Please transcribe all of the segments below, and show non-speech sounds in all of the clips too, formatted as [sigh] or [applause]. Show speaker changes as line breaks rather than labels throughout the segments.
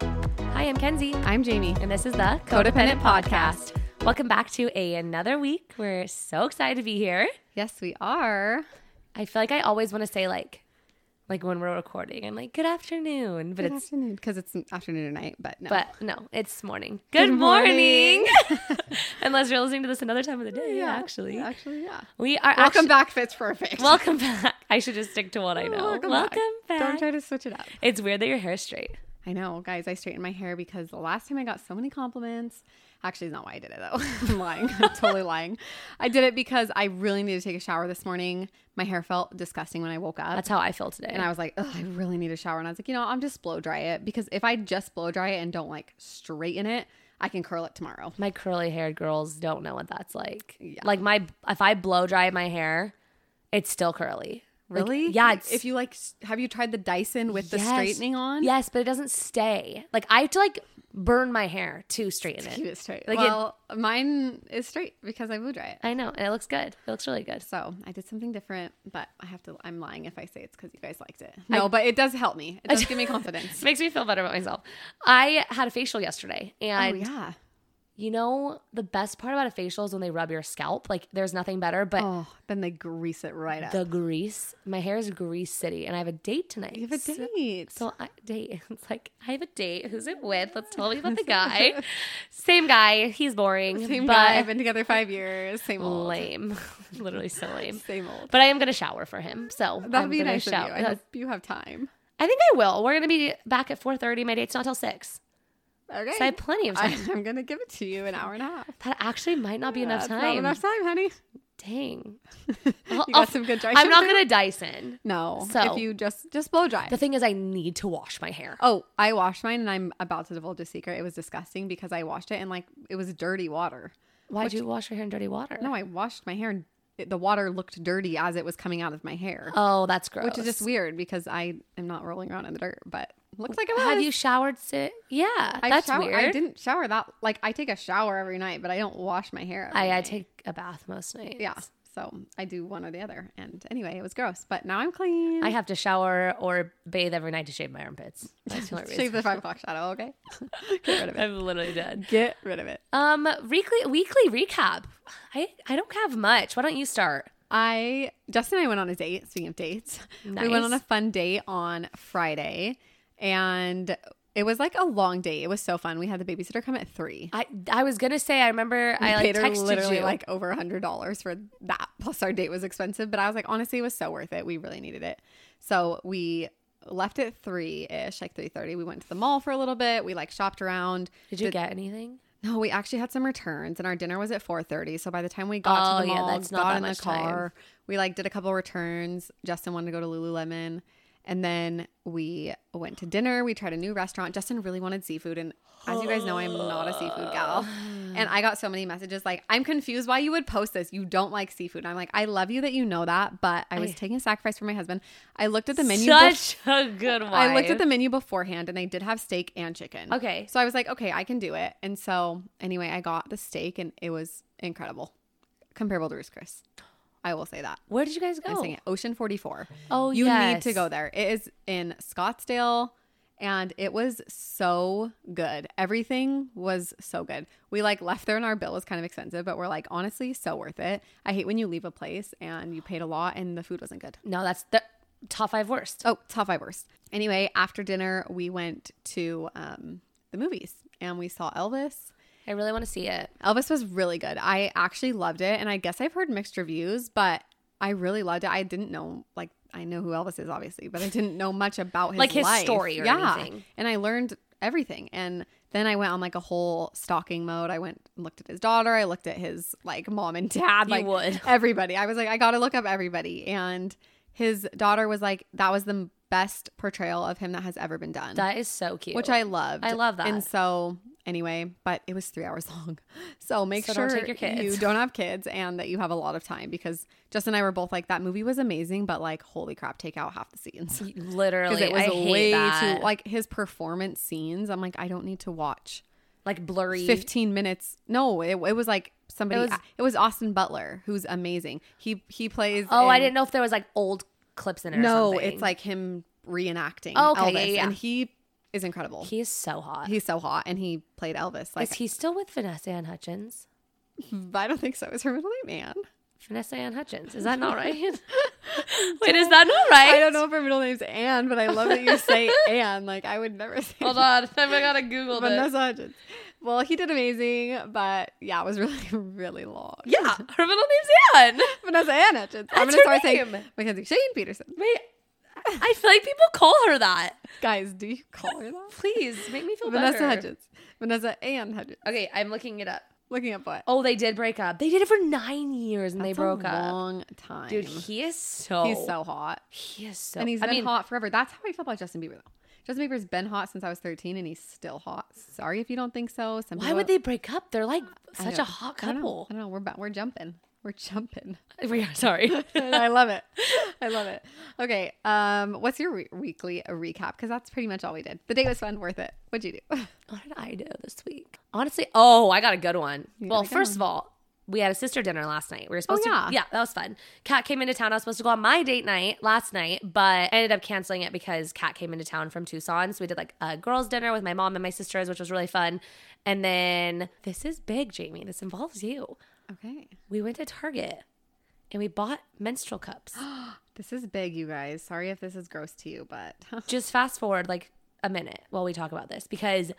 Hi, I'm Kenzie.
I'm Jamie.
And this is the Codependent Podcast. Welcome back to a, another week. We're so excited to be here.
Yes, we are.
I feel like I always want to say like, like when we're recording, I'm like, good afternoon, but
Good [laughs]
it's,
afternoon because it's an afternoon or night, but no.
but no, it's morning. Good,
morning.
morning. [laughs] Unless you're listening to this another time of the day, actually.
actually, yeah.
We are
Welcome
actu-
back, Fits
[laughs]
Perfect.
Welcome back. I should just stick to what I know.
[laughs] Welcome, back. Don't try to switch it up.
It's weird that your hair's straight.
I know, guys. I straightened my hair because the last time I got so many compliments. Actually, it's not why I did it though. [laughs] I'm lying. I'm
[laughs]
totally lying. I did it because I really needed to take a shower this morning. My hair felt disgusting when I woke up.
That's how I feel today.
and I was like, Ugh, I really need a shower. And I was like, you know, I'm just blow dry it because if I just blow dry it and don't like straighten it, I can curl it tomorrow.
my curly haired girls don't know what that's like. Like my if I blow dry my hair, it's still curly. Like,
Really?
yeah.
Like,
It's,
If you like, s- have you tried the Dyson with the
Yes.
straightening on?
Yes, but it doesn't stay. Like I have to like burn my hair to straighten
Keep
it.
it straight.
Like it-
well, mine is straight because I blew dry it.
I know, and it looks good. It looks really good.
So I did something different, but I have to. I'm lying if I say it's because you guys liked it. No, but it does help me. It does give me confidence.
It makes me feel better about myself. I had a facial yesterday, and
[laughs] oh yeah.
you know the best part about a facial is when they rub your scalp. Like there's nothing better, but
Oh, then they grease it right up.
the grease. My hair is grease city, and I have a date tonight.
you have a
so-
date.
So I date. [laughs] It's like I have a date. Who's it with? Let's tell me about
[laughs]
the guy. Same guy. He's boring.
same
but
guy.
[laughs]
I've been together five years. Same old.
lame. [laughs] Literally
[laughs]
so lame.
Same old.
But I am gonna shower for him. So
That'd
I'm
be
gonna
nice of you.
shower.
I hope you have time.
I think I will. We're gonna be back at 4:30. My date's not till six.
Okay.
So I have plenty of time.
I, am gonna give it to you an hour and a half.
that actually might not be enough
That's
time.
Not enough time, honey.
Dang.
[laughs] You got some good dry
I'm not
shampoo?
gonna Dyson.
[laughs] No.
So-
if you just just blow dry.
The thing is, I need to wash my hair.
Oh, I washed mine and I'm about to divulge a secret. It was disgusting because I washed it and like it was dirty water.
Why'd you wash your hair in dirty water?
No, I washed my hair and it, the water looked dirty as it was coming out of my hair,
Oh, that's gross.
which is just weird because I am not rolling around in the dirt, but looks like it was.
Have you showered? Si- yeah,
I
that's
shower-
weird.
I didn't shower that. Like I take a shower every night, but I don't wash my hair. Every
I, I
night.
take a bath most nights.
yeah. So I do one or the other. And anyway, it was gross, but now I'm clean.
I have to shower or bathe every night to shave my armpits.
[laughs]
That's the only reason.
shave the five o'clock shadow.
[laughs]
Okay, get rid of it.
I'm literally dead.
Get rid of it.
Um, weekly weekly recap. I I don't have much. Why don't you start?
I Justin and I went on a date. Speaking of dates, we
Nice.
went on a fun date on Friday, and it was like a long date. It was so fun. We had the babysitter come at three.
I I was gonna say I remember I like
paid her
texted
literally
you.
like over a hundred dollars for that. Plus our date was expensive, but I was like, honestly, it was so worth it. We really needed it. So we left at three ish, like three thirty. We went to the mall for a little bit. We like shopped around.
Did you
The-
get anything?
No, we actually had some returns, and our dinner was at four thirty. So by the time we got
Oh,
to the
yeah,
mall,
that's not
got
that
in the
much time.
car, we like did a couple returns. Justin wanted to go to Lululemon, and then we went to dinner. We tried a new restaurant. Justin really wanted seafood, and as you guys know, I'm not a seafood
[gasps]
gal. And I got so many messages like, "I'm confused why you would post this. You don't like seafood." And I'm like, "I love you that you know that, but I was taking a sacrifice for my husband. I looked at the menu. bef-
Such a good one.
I looked at the menu beforehand and they did have steak and chicken.
Okay.
So I was like, okay, I can do it. And so anyway, I got the steak and it was incredible. Comparable to Ruth's Chris. I will say that.
Where did you guys
I'm
go?
saying it. Ocean 44.
Oh,
You need
yes.
to go there. It is in Scottsdale and it was so good. Everything was so good. We like left there and our bill was kind of expensive, but we're like, honestly, so worth it. I hate when you leave a place and you paid a lot and the food wasn't good.
No, that's the top five worst.
Oh, top five worst. Anyway, after dinner, we went to um, the movies and we saw Elvis.
I really want to see it.
Elvis was really good. I actually loved it, and I guess I've heard mixed reviews, but I really loved it. I didn't know like I know who Elvis is obviously, but I didn't know
[laughs]
much about his
Like his
life.
story or anything.
And I learned everything, and then I went on like a whole stalking mode. I went and looked at his daughter. I looked at his like mom and dad.
You
like
would.
[laughs] everybody. I was like, I gotta look up everybody. And his daughter was like, that was the best portrayal of him that has ever been done.
That is so cute.
Which I loved.
I love that.
And so, anyway, but it was three [laughs] hours long. So make
So
sure
don't take your kids.
you don't have kids and that you have a lot of time because Justin and I were both like, that movie was amazing, but like, holy crap, take out half the scenes. [laughs]
literally
it was
I hate
way
that.
too, like, his performance scenes. I'm like, I don't need to watch
like blurry.
15 minutes. No, it, it was like somebody,
It
it
was-
was, Austin Butler, who's amazing. He, he plays.
Oh, I
in-
didn't know if there was like old clips in it. or
No,
something.
it's like him reenacting
Oh, okay,
Elvis.
yeah, yeah.
And he is incredible.
he is so hot.
He's so hot, and he played Elvis. Like
is he still with Vanessa Ann Hutchins?
[laughs] I don't think so. Is her middle name Anne?
Vanessa Ann Hutchins. Is that
[laughs]
not right? Wait, is that not right?
I don't know if her middle name's Anne, but I love that you
[laughs]
say Anne. Like I would never say
Hold on, [laughs] I gotta Google this.
Vanessa Hudgens. Well, he did amazing, but yeah, it was really, [laughs] really long.
Yeah, her middle name's
[laughs]
Ann.
Vanessa Anne Hudgens. I'm
That's
gonna
her
start
name.
saying Mackenzie Shane Peterson.
Wait, I feel like people call her that.
Guys, do you call
[laughs]
her that?
Please make me feel
Vanessa
better.
Hudgens. Vanessa Anne Hudgens.
Okay, I'm looking it up.
Looking at what?
Oh, they did break up. They did it for nine years and they
That's
broke
a
up.
Long time,
Dude, he is so
He's so hot.
he is so
and he's
I
been
mean,
hot forever. That's how I feel about Justin Bieber though. Justin Bieber's been hot since I was 13 and he's still hot. Sorry if you don't think so. Some
Why
people-
would they break up? They're like
I
such a
don't-
hot
I don't know.
couple.
I don't know. We're ba- we're jumping. We're jumping.
[laughs] We are sorry.
[laughs] And [laughs] I love it. I love it. Okay. Um, what's your re- weekly recap? Because that's pretty much all we did. The date was fun, worth it. What'd you do? [laughs]
What did I do this week? Honestly, oh, I got a good one.
got
well,
a good Oh,
first of all, we had a sister dinner last night. We were supposed
yeah.
to, yeah, that was fun. Kat came into town. I was supposed to go on my date night last night, but I ended up canceling it because Kat came into town from Tucson. So we did like a girls' dinner with my mom and my sisters, which was really fun. And then this is big, Jamie. This involves you.
Okay.
We went to Target and we bought menstrual
[gasps]
cups.
This is big, you guys. Sorry if this is gross to you, but [laughs]
Just fast forward like a minute while we talk about this because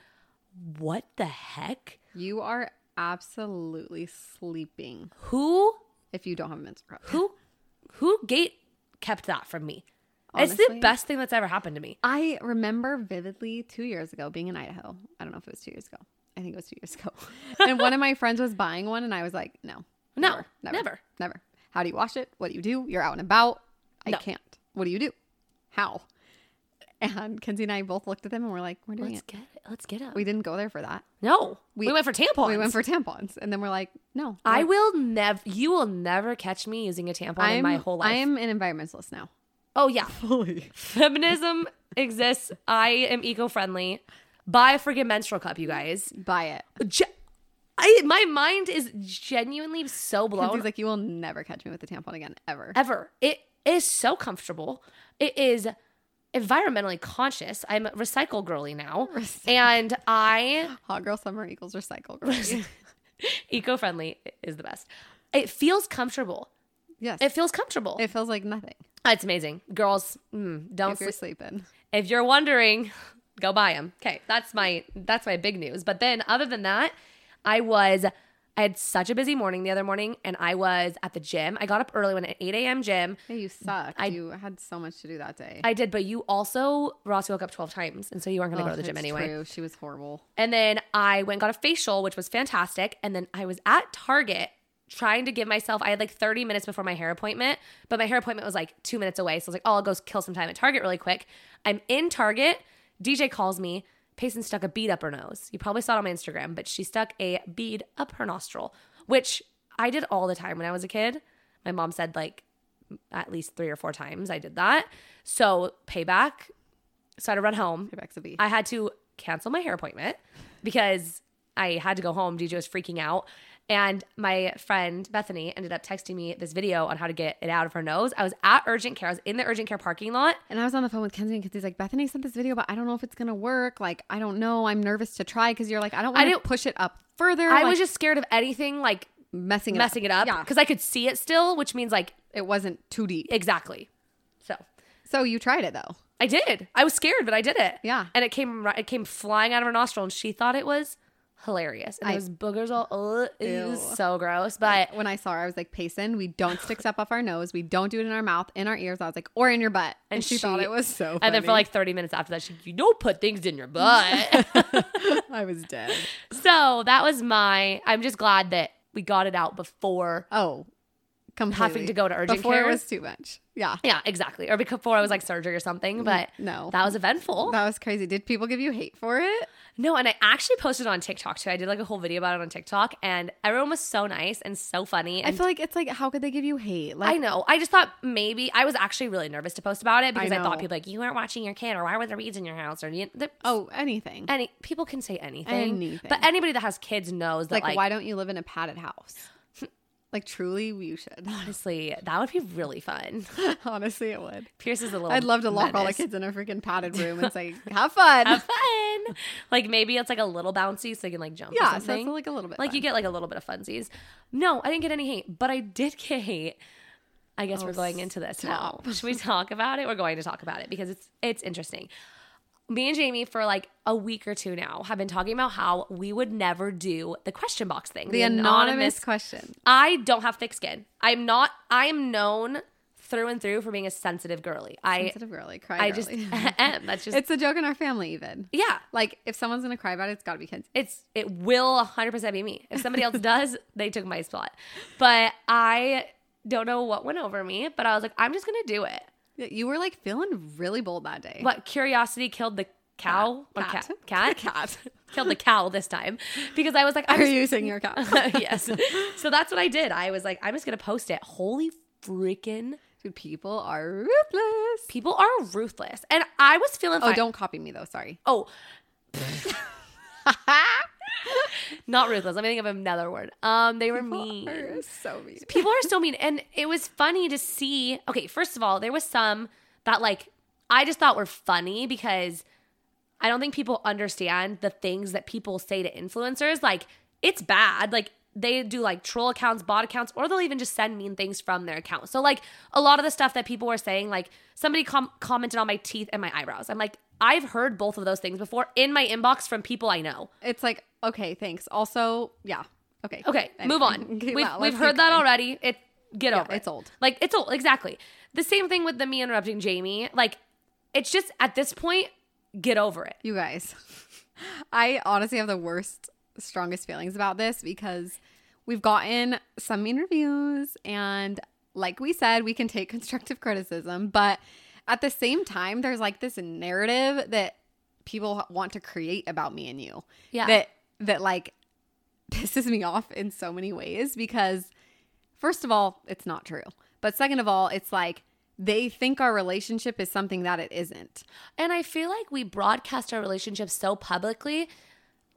what the heck?
you are absolutely sleeping
Who
if you don't have a menstrual cup.
who who gate kept that from me it's the
Honestly.
best thing that's ever happened to me
I remember vividly two years ago being in Idaho. I don't know if it was two years ago. I think it was two
[laughs]
years ago. and one of my friends was buying one, and I was like, no,
No,
never,
never.
never, never. How do you wash it? What do you do? You're out and about. I
No.
can't. What do you do? How? And Kenzie and I both looked at them and we're like, we're doing
let's
it.
get it let's get it
we didn't go there for that.
no we,
we-
went for tampons
We went for tampons. And then we're like, no.
i
we're-
will never you will never catch me using a tampon in my whole life
I'm an environmentalist now.
oh yeah feminism exists i am eco-friendly buy a freaking menstrual cup you guys
Buy it.
Ge- I, my mind is genuinely so blown
Kenzie's like, you will never catch me with a tampon again, ever.
ever. It is so comfortable. It is environmentally conscious. I'm a recycle girly now. And I [laughs]
Hot girl summer equals recycle. Girl.
eco-friendly is the best. It feels comfortable.
yes.
It feels comfortable. Oh,
It feels like nothing
it's amazing. Girls, mm, don't
if you're
sleep.
sleeping.
If you're wondering, [laughs] go buy them. Okay, that's my that's my big news. But then other than that, I was I had such a busy morning the other morning and I was at the gym. I got up early when an 8 a.m. gym.
Hey, you suck. you had so much to do that day.
I did, but you also Ross woke up 12 times, and so you weren't gonna go
Ugh,
to the gym
it's
anyway.
Oh, true. She was horrible.
And then I went and got a facial, which was fantastic. And then I was at Target trying to give myself, I had like 30 minutes before my hair appointment, but my hair appointment was like two minutes away. So I was like, oh, I'll go kill some time at Target really quick. I'm in Target. DJ calls me. Payson stuck a bead up her nose. You probably saw it on my Instagram, but she stuck a bead up her nostril, which I did all the time when I was a kid. My mom said like at least three or four times I did that. So payback. So I had to run home.
Payback's a B.
I had to cancel my hair appointment because I had to go home. DJ was freaking out. And my friend Bethany ended up texting me this video on how to get it out of her nose. I was at urgent care. I was in the urgent care parking lot.
and I was on the phone with Kenzie, and Kenzie's like, Bethany sent this video, but I don't know if it's gonna work. Like, I don't know. I'm nervous to try because you're like, I don't
I
want to
didn't-
push it up further.
I
like,
was just scared of anything like
messing it
messing
up.
it up
Oh Yeah,
because I could see it still, which means like
it wasn't too deep.
exactly. So
So you tried it though.
I did. I was scared, but I did it.
Yeah.
And it came ri- it came flying out of her nostril, and she thought it was hilarious. And
I-
it was boogers all. Ugh, it was
Ew.
so gross. But
When I saw her, I was like, Payson, we don't stick stuff up our nose. We don't do it in our mouth, in our ears. I was like, or in your butt. And, she, thought it was so funny.
And then for like 30 minutes after that, she you don't put things in your butt. [laughs]
[laughs] I was dead.
so that was my. I'm just glad that we got it out before.
Oh, completely.
to go to urgent
Before
care?
it was too much. Yeah.
Yeah, exactly. Or before I was like surgery or something. But
Mm-hmm. No.
that was eventful.
That was crazy. Did people give you hate for it?
No, and I actually posted it on TikTok too. I did like a whole video about it on TikTok, and everyone was so nice and so funny.
I
And
feel like it's like, how could they give you hate? Like,
I know. I just thought maybe I was actually really nervous to post about it because I,
know.
thought people like you weren't watching your kid, or why were there weeds in your house, or you, the,
Oh, anything.
any people can say anything.
Anything.
But anybody that has kids knows that
like,
like,
why don't you live in a padded house? [laughs] like, truly, you should.
honestly that would be really fun.
[laughs]
[laughs]
Honestly, it would.
Pierce is a little.
I'd love to lock all the
menace.
kids in a freaking padded room [laughs] and say, have fun.
Have fun. like maybe it's like a little bouncy, so they can like jump. or
yeah, so
something.
it's like a little bit.
like you
fun.
get like a little bit of funsies. No, I didn't get any hate, but I did get hate. I
Oh,
guess we're going into this now. Should we talk about it? We're going to talk about it because it's it's interesting. Me and Jamie for like a week or two now have been talking about how we would never do the question box thing.
[laughs] the anonymous question.
I don't have thick skin. I'm not. I am known through and through for being a sensitive girly. I
Instead of girly, cry.
I just [laughs]
[laughs] girly.
am. That's just
it's a joke in our family, even.
yeah.
Like, if someone's gonna cry about it, it's gotta be kids.
it's it will 100% be me. If somebody
[laughs]
else does, they took my spot. But I don't know what went over me, but I was like, I'm just gonna do it.
You were like feeling really bold that day.
What curiosity killed the cow or
Cat.
cat? Cat,
[laughs] Cat.
[laughs] killed the cow this time because I was like, I'm
Are
just-
you using your cat?
[laughs] yes.
[laughs]
So that's what I did. I was like, I'm just gonna post it. Holy freaking
Dude, people are ruthless.
people are ruthless, and I was feeling.
Oh,
fine.
don't copy me though. Sorry. [laughs]
Oh. [laughs] Not ruthless. Let me think of another word. Um, they were mean.
Are so mean.
people are so mean and it was funny to see okay first of all there was some that like i just thought were funny because i don't think people understand the things that people say to influencers like it's bad like they do like troll accounts bot accounts or they'll even just send mean things from their account so like a lot of the stuff that people were saying like somebody com- commented on my teeth and my eyebrows i'm like i've heard both of those things before in my inbox from people i know
It's like okay, thanks. Also, yeah. Okay.
[laughs] Okay,
Anyway.
move on.
Okay,
we've
[laughs] wow,
we've
let's
heard
keep
that
going.
already. It get over. it.
it's old.
Like it's old. Exactly. The same thing with the me interrupting Jamie. Like it's just at this point, get over it.
You guys, [laughs] I honestly have the worst, strongest feelings about this because we've gotten some mean reviews, and like we said, we can take [laughs] constructive criticism, but at the same time, there's like this narrative that people want to create about me and you.
Yeah.
That that like [laughs] pisses me off in so many ways because first of all, it's not true. But second of all, it's like they think our relationship is something that it isn't.
And I feel like we broadcast our relationship so publicly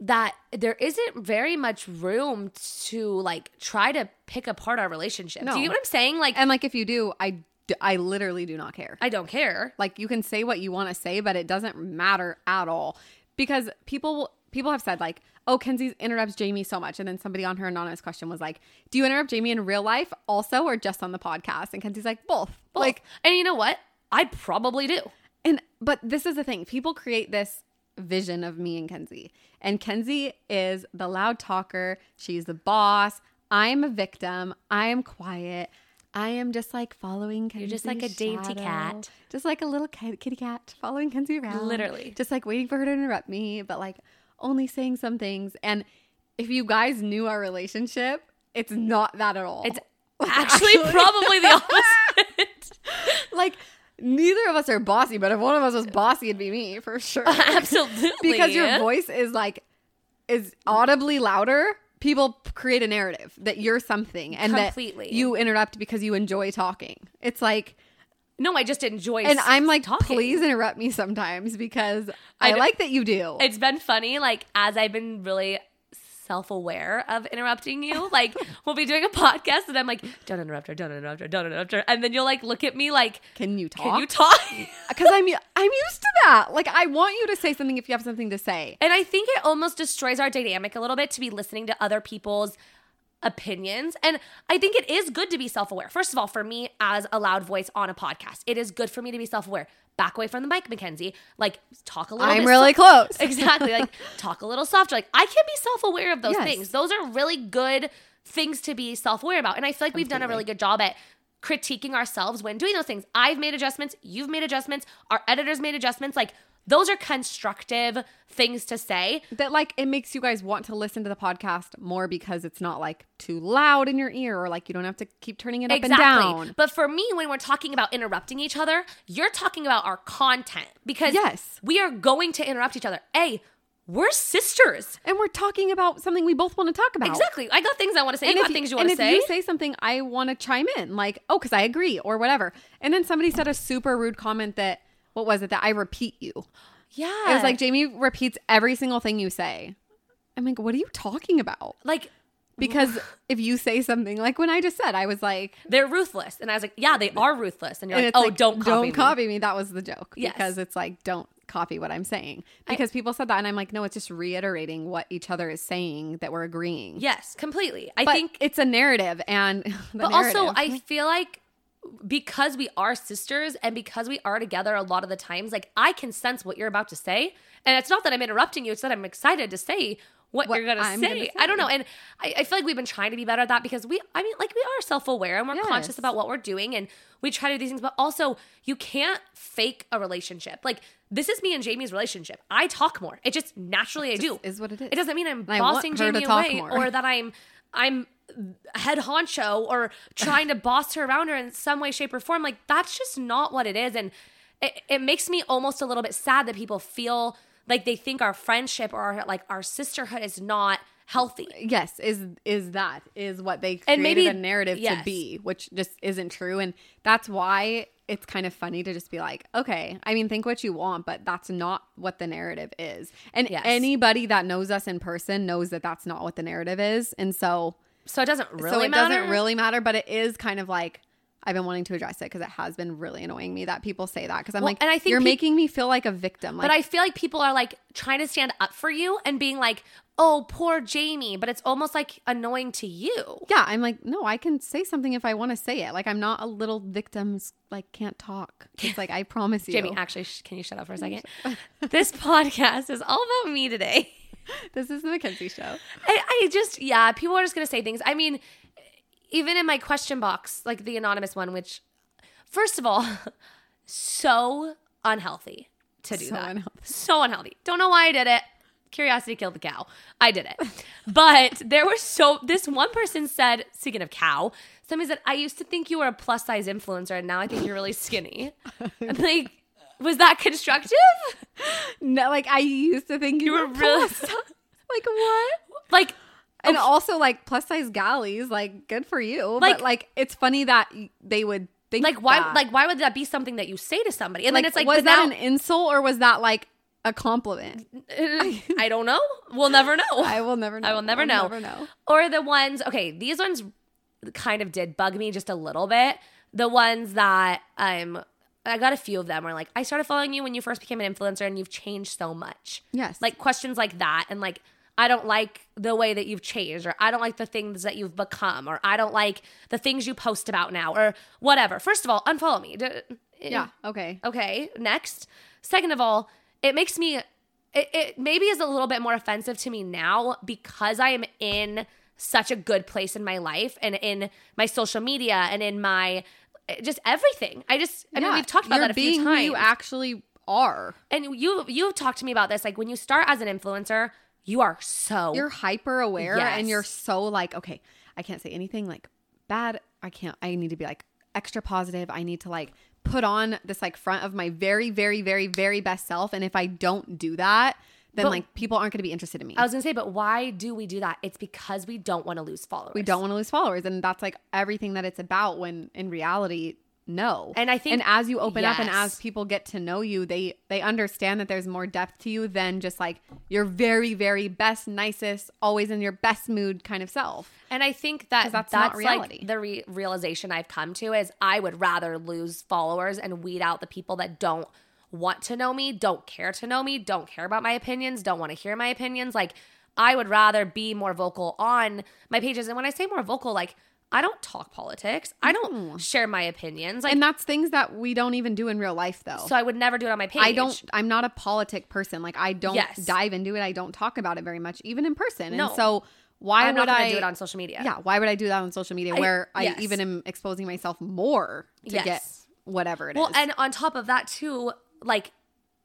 that there isn't very much room to like try to pick apart our relationship. Do
No.
you know what I'm saying? Like
And like if you do, I d- I literally do not care.
I don't care.
Like you can say what you want to say, but it doesn't matter at all because people will- people have said like, "Oh, Kenzie interrupts Jamie so much," and then somebody on her anonymous question was like, "Do you interrupt Jamie in real life also, or just on the podcast?" And Kenzie's like, "Both."
Both.
Like,
and you know what? I probably do.
and but this is the thing: people create this vision of me and Kenzie, and Kenzie is the loud talker. She's the boss. I'm a victim. I am quiet. I am just like following. Kenzie's
just like a dainty
shadow.
cat.
just like a little ki- kitty cat following Kenzie around.
Literally.
Just like waiting for her to interrupt me, but like only saying some things. And if you guys knew our relationship, it's not that at all.
[laughs] It's actually, [laughs] probably the [laughs] opposite.
like neither of us are bossy, but if one of us was bossy, it'd be me
[laughs]
for sure.
Absolutely.
because your voice is like is audibly louder. People p- create a narrative that you're something and
Completely.
that you interrupt because you enjoy talking. It's like
No, I just enjoy.
and
s-
I'm like,
talking.
please interrupt me sometimes because
I
I,
d-
like that you do.
It's been funny, like as I've been really self-aware of interrupting
[laughs]
you. Like we'll be doing a podcast, and I'm like, don't interrupt her, don't interrupt her, don't interrupt her, and then you'll like look at me like,
Can you
can you
talk?
talk?
[laughs] Because
[laughs]
I'm I'm used to that. Like I want you to say something if you have something to say.
and I think it almost destroys our dynamic a little bit to be listening to other people's opinions. And I think it is good to be self aware. First of all, for me as a loud voice on a podcast, it is good for me to be self aware. Back away from the mic, Mackenzie. Like, talk a little
I'm
bit
really close.
[laughs] exactly like talk a little softer like i can be self-aware of those
Yes.
things those are really good things to be self-aware about and i feel like we've done a really good job at critiquing ourselves when doing those things i've made adjustments you've made adjustments our editors made adjustments like those are constructive things to say
that like it makes you guys want to listen to the podcast more because it's not like too loud in your ear or like you don't have to keep turning it up and down.
But for me, when we're talking about interrupting each other, you're talking about our content because
Yes.
we are going to interrupt each other. A, we're sisters.
And we're talking about something we both want to talk about.
Exactly. I got things I want to say. you got things you want
and
to
if
say.
you say something, I want to chime in, like, oh, because I agree or whatever. And then somebody said a super rude comment that, what was it, that I repeat you.
yeah.
It was like, Jamie repeats every single thing you say. I'm like, what are you talking about?
like [laughs]
Because if you say something, like when I just said, I was like,
they're ruthless. And I was like, yeah, they are ruthless. And you're
and
like,
it's
oh,
like,
don't copy
don't
me.
copy me. That was the joke.
Yes.
Because it's like, don't copy what I'm saying. Because people said that. And I'm like, no, it's just reiterating what each other is saying that we're agreeing.
Yes, completely. I
But
think,
it's a narrative. And [laughs] the
but also
narrative-
I feel like because we are sisters and because we are together a lot of the times, like I can sense what you're about to say. And it's not that I'm interrupting you; it's that I'm excited to say what,
What
you're gonna
I'm
say.
gonna
I don't know, and I, I feel like we've been trying to be better at that because we, I mean, like we are self-aware and we're conscious
Yes.
about what we're doing, and we try to do these things. But also, you can't fake a relationship. Like this is me and Jamie's relationship. I talk more; it just naturally I do.
is what it is.
It doesn't mean I'm
And I want
bossing
her to
Jamie
talk
away
more.
or that I'm I'm head honcho or trying to boss her around her in some way, shape, or form. Like that's just not what it is, and it, it makes me almost a little bit sad that people feel like they think our friendship or our, like our sisterhood is not healthy.
yes is is that is what they created
And maybe-
a narrative to
yes.
be which just isn't true and that's why it's kind of funny to just be like okay i mean think what you want but that's not what the narrative is and
Yes.
anybody that knows us in person knows that that's not what the narrative is and so
So it doesn't really
so it
matter.
doesn't really matter but it is kind of like I've been wanting to address it because it has been really annoying me that people say that because I'm
Well,
like,
and I think
you're
peop-
making me feel like a victim. Like,
But I feel like people are like trying to stand up for you and being like, "Oh, poor Jamie," but it's almost like annoying to you.
Yeah, I'm like, no, I can say something if I want to say it. Like, I'm not a little victim's like can't talk. It's like I [laughs] promise you,
Jamie, actually, sh- can you shut up for a second? this [laughs] podcast is all about me today.
this is the Mackenzie show.
I, I just, yeah, people are just going to say things. I mean, even in my question box, like the anonymous one, which, first of all, [laughs] so unhealthy to do
So
that.
unhealthy.
So unhealthy. Don't know why I did it. Curiosity killed the cow. I did
[laughs]
it. But there was so, this one person said, speaking of cow, somebody said, I used to think you were a plus size influencer and now I think you're really
[laughs]
skinny. I'm like, was that constructive?
No, like I used to think you,
You were
were Oh.
really,
plus. like what?
like,
And also like plus size galleys, like good for you.
Like-
but like it's funny that y- they would think
like why
that.
like why would that be something that you say to somebody and
like
then it's like
was
but
that
now-
an insult or was that like a compliment?
[laughs] i don't know we'll never know
[laughs] I will never
[laughs]
know.
i will never
I'll
know
Never know.
or the ones okay these ones kind of did bug me just a little bit the ones that um i got a few of them were like i started following you when you first became an influencer and you've changed so much
Yes.
like questions like that and like i don't like the way that you've changed or i don't like the things that you've become or i don't like the things you post about now or whatever first of all unfollow me D- eh.
yeah. Okay.
Okay, next. Second of all, it makes me it, it maybe is a little bit more offensive to me now because I am in such a good place in my life and in my social media and in my just everything. I just I mean
Yeah,
we've talked about
you're
that a
being
few
who
times.
you actually are.
and you you've talked to me about this like when you start as an influencer, you are so
you're hyper aware
Oh. Yes.
and you're so like okay i can't say anything like bad i can't i need to be like extra positive i need to like put on this like front of my very very very very best self and if i don't do that then
But-
like people aren't going to be interested in me
I was going to say but why do we do that? It's because we don't want to lose followers.
we don't want to lose followers and that's like everything that it's about when in reality no
And I think-
and as you open up and
Yes.
as people get to know you they they understand that there's more depth to you than just like your very very best nicest always in your best mood kind of self
And I think that
'Cause
that's,
that's not
like
reality.
the re- realization I've come to is I would rather lose followers and weed out the people that don't want to know me, don't care to know me, don't care about my opinions, don't want to hear my opinions. Like I would rather be more vocal on my pages. And when I say more vocal, like I don't talk politics. I don't share my opinions. Like
and that's things that we don't even do in real life, though.
so I would never do it on my page.
I don't. I'm not a politic person. Like I don't
Yes.
dive into it. I don't talk about it very much, even in person.
No.
And so why
I'm not
would
gonna
I
do it on social media.
Yeah, why would I do that on social media where
yes.
I even am exposing myself more to get
Yes.
whatever it is?
Well, and on top of that too, like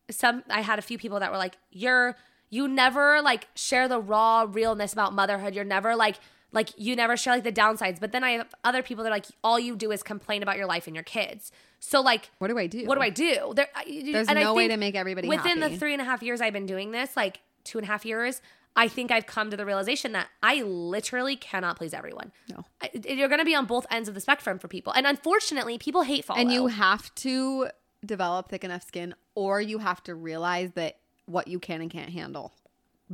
some I had a few people that were like, "You're you never like share the raw realness about motherhood. You're never like like you never share like the downsides." But then I have other people that are like, "All you do is complain about your life and your kids." So like,
What do I do?
What do I do? There, I-
There's
and I
no way
think
to make everybody
within the
happy.
three and a half years I've been doing this, like two and a half years. I think I've come to the realization that I literally cannot please everyone. No, I, you're going to be on both ends of the spectrum for people, and unfortunately, people hate follow.
and you have to develop thick enough skin, or you have to realize that what you can and can't handle.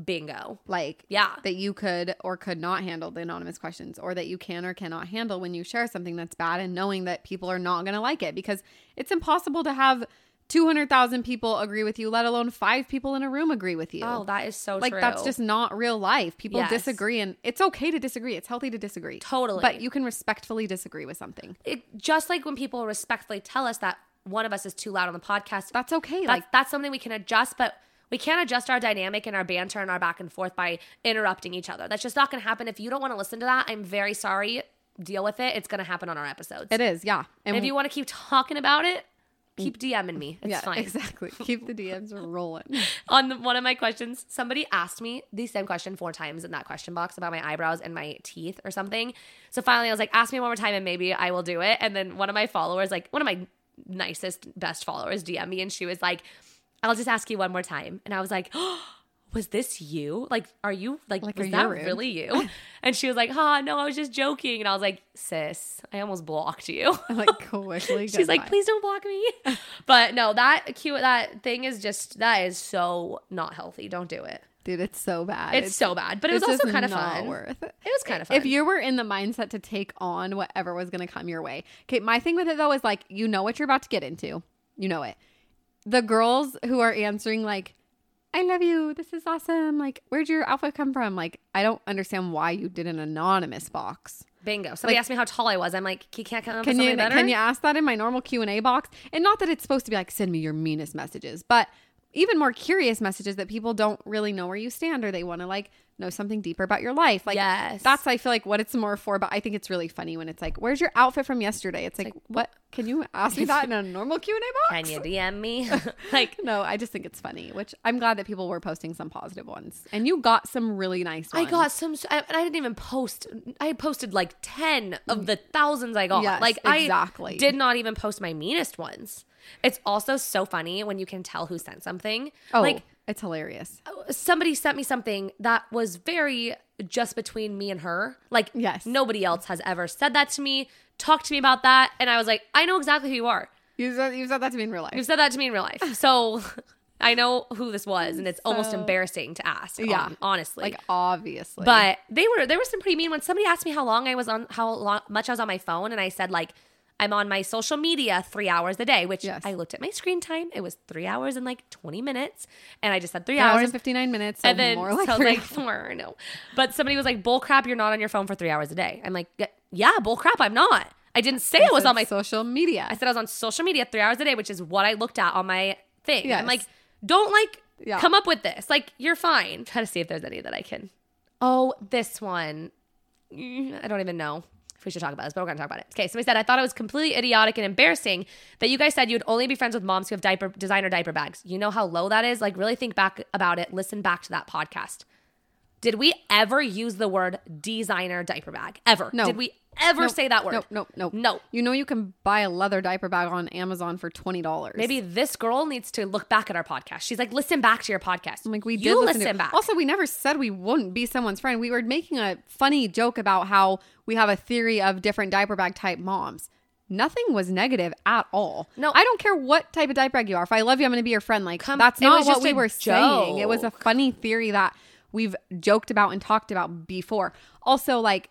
bingo.
Like,
Yeah.
that you could or could not handle the anonymous questions, or that you can or cannot handle when you share something that's bad, and knowing that people are not going to like it because it's impossible to have 200,000 people agree with you, let alone five people in a room agree with you.
Oh, that is so
like
true.
that's just not real life. People
Yes.
disagree, and it's okay to disagree. It's healthy to disagree.
Totally.
but you can respectfully disagree with something.
it, just like when people respectfully tell us that one of us is too loud on the podcast.
That's okay.
that's,
like
that's something we can adjust, but we can't adjust our dynamic and our banter and our back and forth by interrupting each other. That's just not going to happen. If you don't want to listen to that, I'm very sorry. Deal with it. It's going to happen on our episodes.
it is, yeah.
And if you want to keep talking about it, keep DMing me. It's
Mm. yeah,
fine.
[laughs] exactly. Keep
[laughs]
the DMs rolling.
on the, one of my questions, somebody asked me the same question four times in that question box about my eyebrows and my teeth or something. So finally, I was like, ask me one more time and maybe I will do it. And then one of my followers, like one of my nicest, best followers, DM me and she was like, I'll just ask you one more time. And I was like, "Oh, was this you? Like, are you like,
Like,
was
are you
that
rude?
really
[laughs]
you? And she was like, huh, no, I was just joking. And I was like, sis, I almost blocked you.
like quickly.
She's like,
goodbye.
please don't block me. [laughs] But no, that cute that thing is just that is so not healthy. Don't do it.
dude, it's so bad.
It's, so bad. But it was
it's
also
just
kind of
not
fun.
Worth it.
It was kind of fun.
If you were in the mindset to take on whatever was going to come your way. Okay, my thing with it though is like you know what you're about to get into. You know it. The girls who are answering like I love you. This is awesome. Like where'd your outfit come from? Like I don't understand why you did an anonymous box.
Bingo. Somebody
like-
asked me how tall I was. I'm like, you can't come up with
Can you
something better.
can you ask that in my normal Q&A box? And not that it's supposed to be like send me your meanest messages, but even more curious messages that people don't really know where you stand or they want to like know something deeper about your life. Like
Yes.
that's I feel like what it's more for, but I think it's really funny when it's like, "Where's your outfit from yesterday?" It's like, "What? Can you ask me
[laughs]
that in a normal Q&A
[laughs]
box?"
Can [laughs] you DM me? like
No, I just think it's funny, which I'm glad that people were posting some positive ones. And you got some really nice
I
ones.
got some, I, and I didn't even post. I posted like ten of the thousands I got.
Yes,
like I
exactly.
did not even post my meanest ones. It's also so funny when you can tell who sent something.
Oh,
like
it's hilarious.
somebody sent me something that was very just between me and her. Like,
Yes.
nobody else has ever said that to me, talked to me about that. And I was like, I know exactly who you are.
You said, you said that to me in real life.
You've said that to me in real
[sighs]
life. So [laughs] I know who this was. And it's almost embarrassing to ask. Yeah.
Yeah.
honestly.
Like obviously.
but they were, there were some pretty mean ones. Somebody asked me how long I was on, how long, much I was on my phone. And I said, like, I'm on my social media three hours a day, which
Yes.
I looked at my screen time. It was three hours and like 20 minutes. And I just said three
hours
hours.
and 59 minutes so
and then
more
so I
like,
was
[laughs]
like four, no. But somebody was like, "Bull crap, you're not on your phone for three hours a day." I'm like, "Y- "Yeah, bull crap, I'm not. I didn't say I was on my.
[laughs] social media.
I said I was on social media three hours a day, which is what I looked at on my thing. I'm
Yes.
like, don't like
Yeah.
come up with this. Like, you're fine. Try to see if there's any that I can. Oh, this one. Mm, I don't even know if we should talk about this, but we're gonna talk about it. Okay, somebody said I thought it was completely idiotic and embarrassing that you guys said you'd only be friends with moms who have diaper designer diaper bags. You know how low that is. Like, really think back about it. Listen back to that podcast. Did we ever use the word designer diaper bag? Ever?
No.
Did we ever
Nope,
say that word?
Nope, nope, nope.
No.
You know you can buy a leather diaper bag on Amazon for twenty dollars.
Maybe this girl needs to look back at our podcast. She's like, listen back to your podcast.
I'm like we did
you
listen,
listen,
to it.
back.
Also, we never said we wouldn't be someone's friend. We were making a funny joke about how we have a theory of different diaper bag type moms. Nothing was negative at all.
No.
I don't care what type of diaper bag you are. If I love you, I'm going to be your friend. Like
Come-
that's
it
not
was
what
just
we
a
were saying. It was a
joke.
funny theory that we've joked about and talked about before. Also, like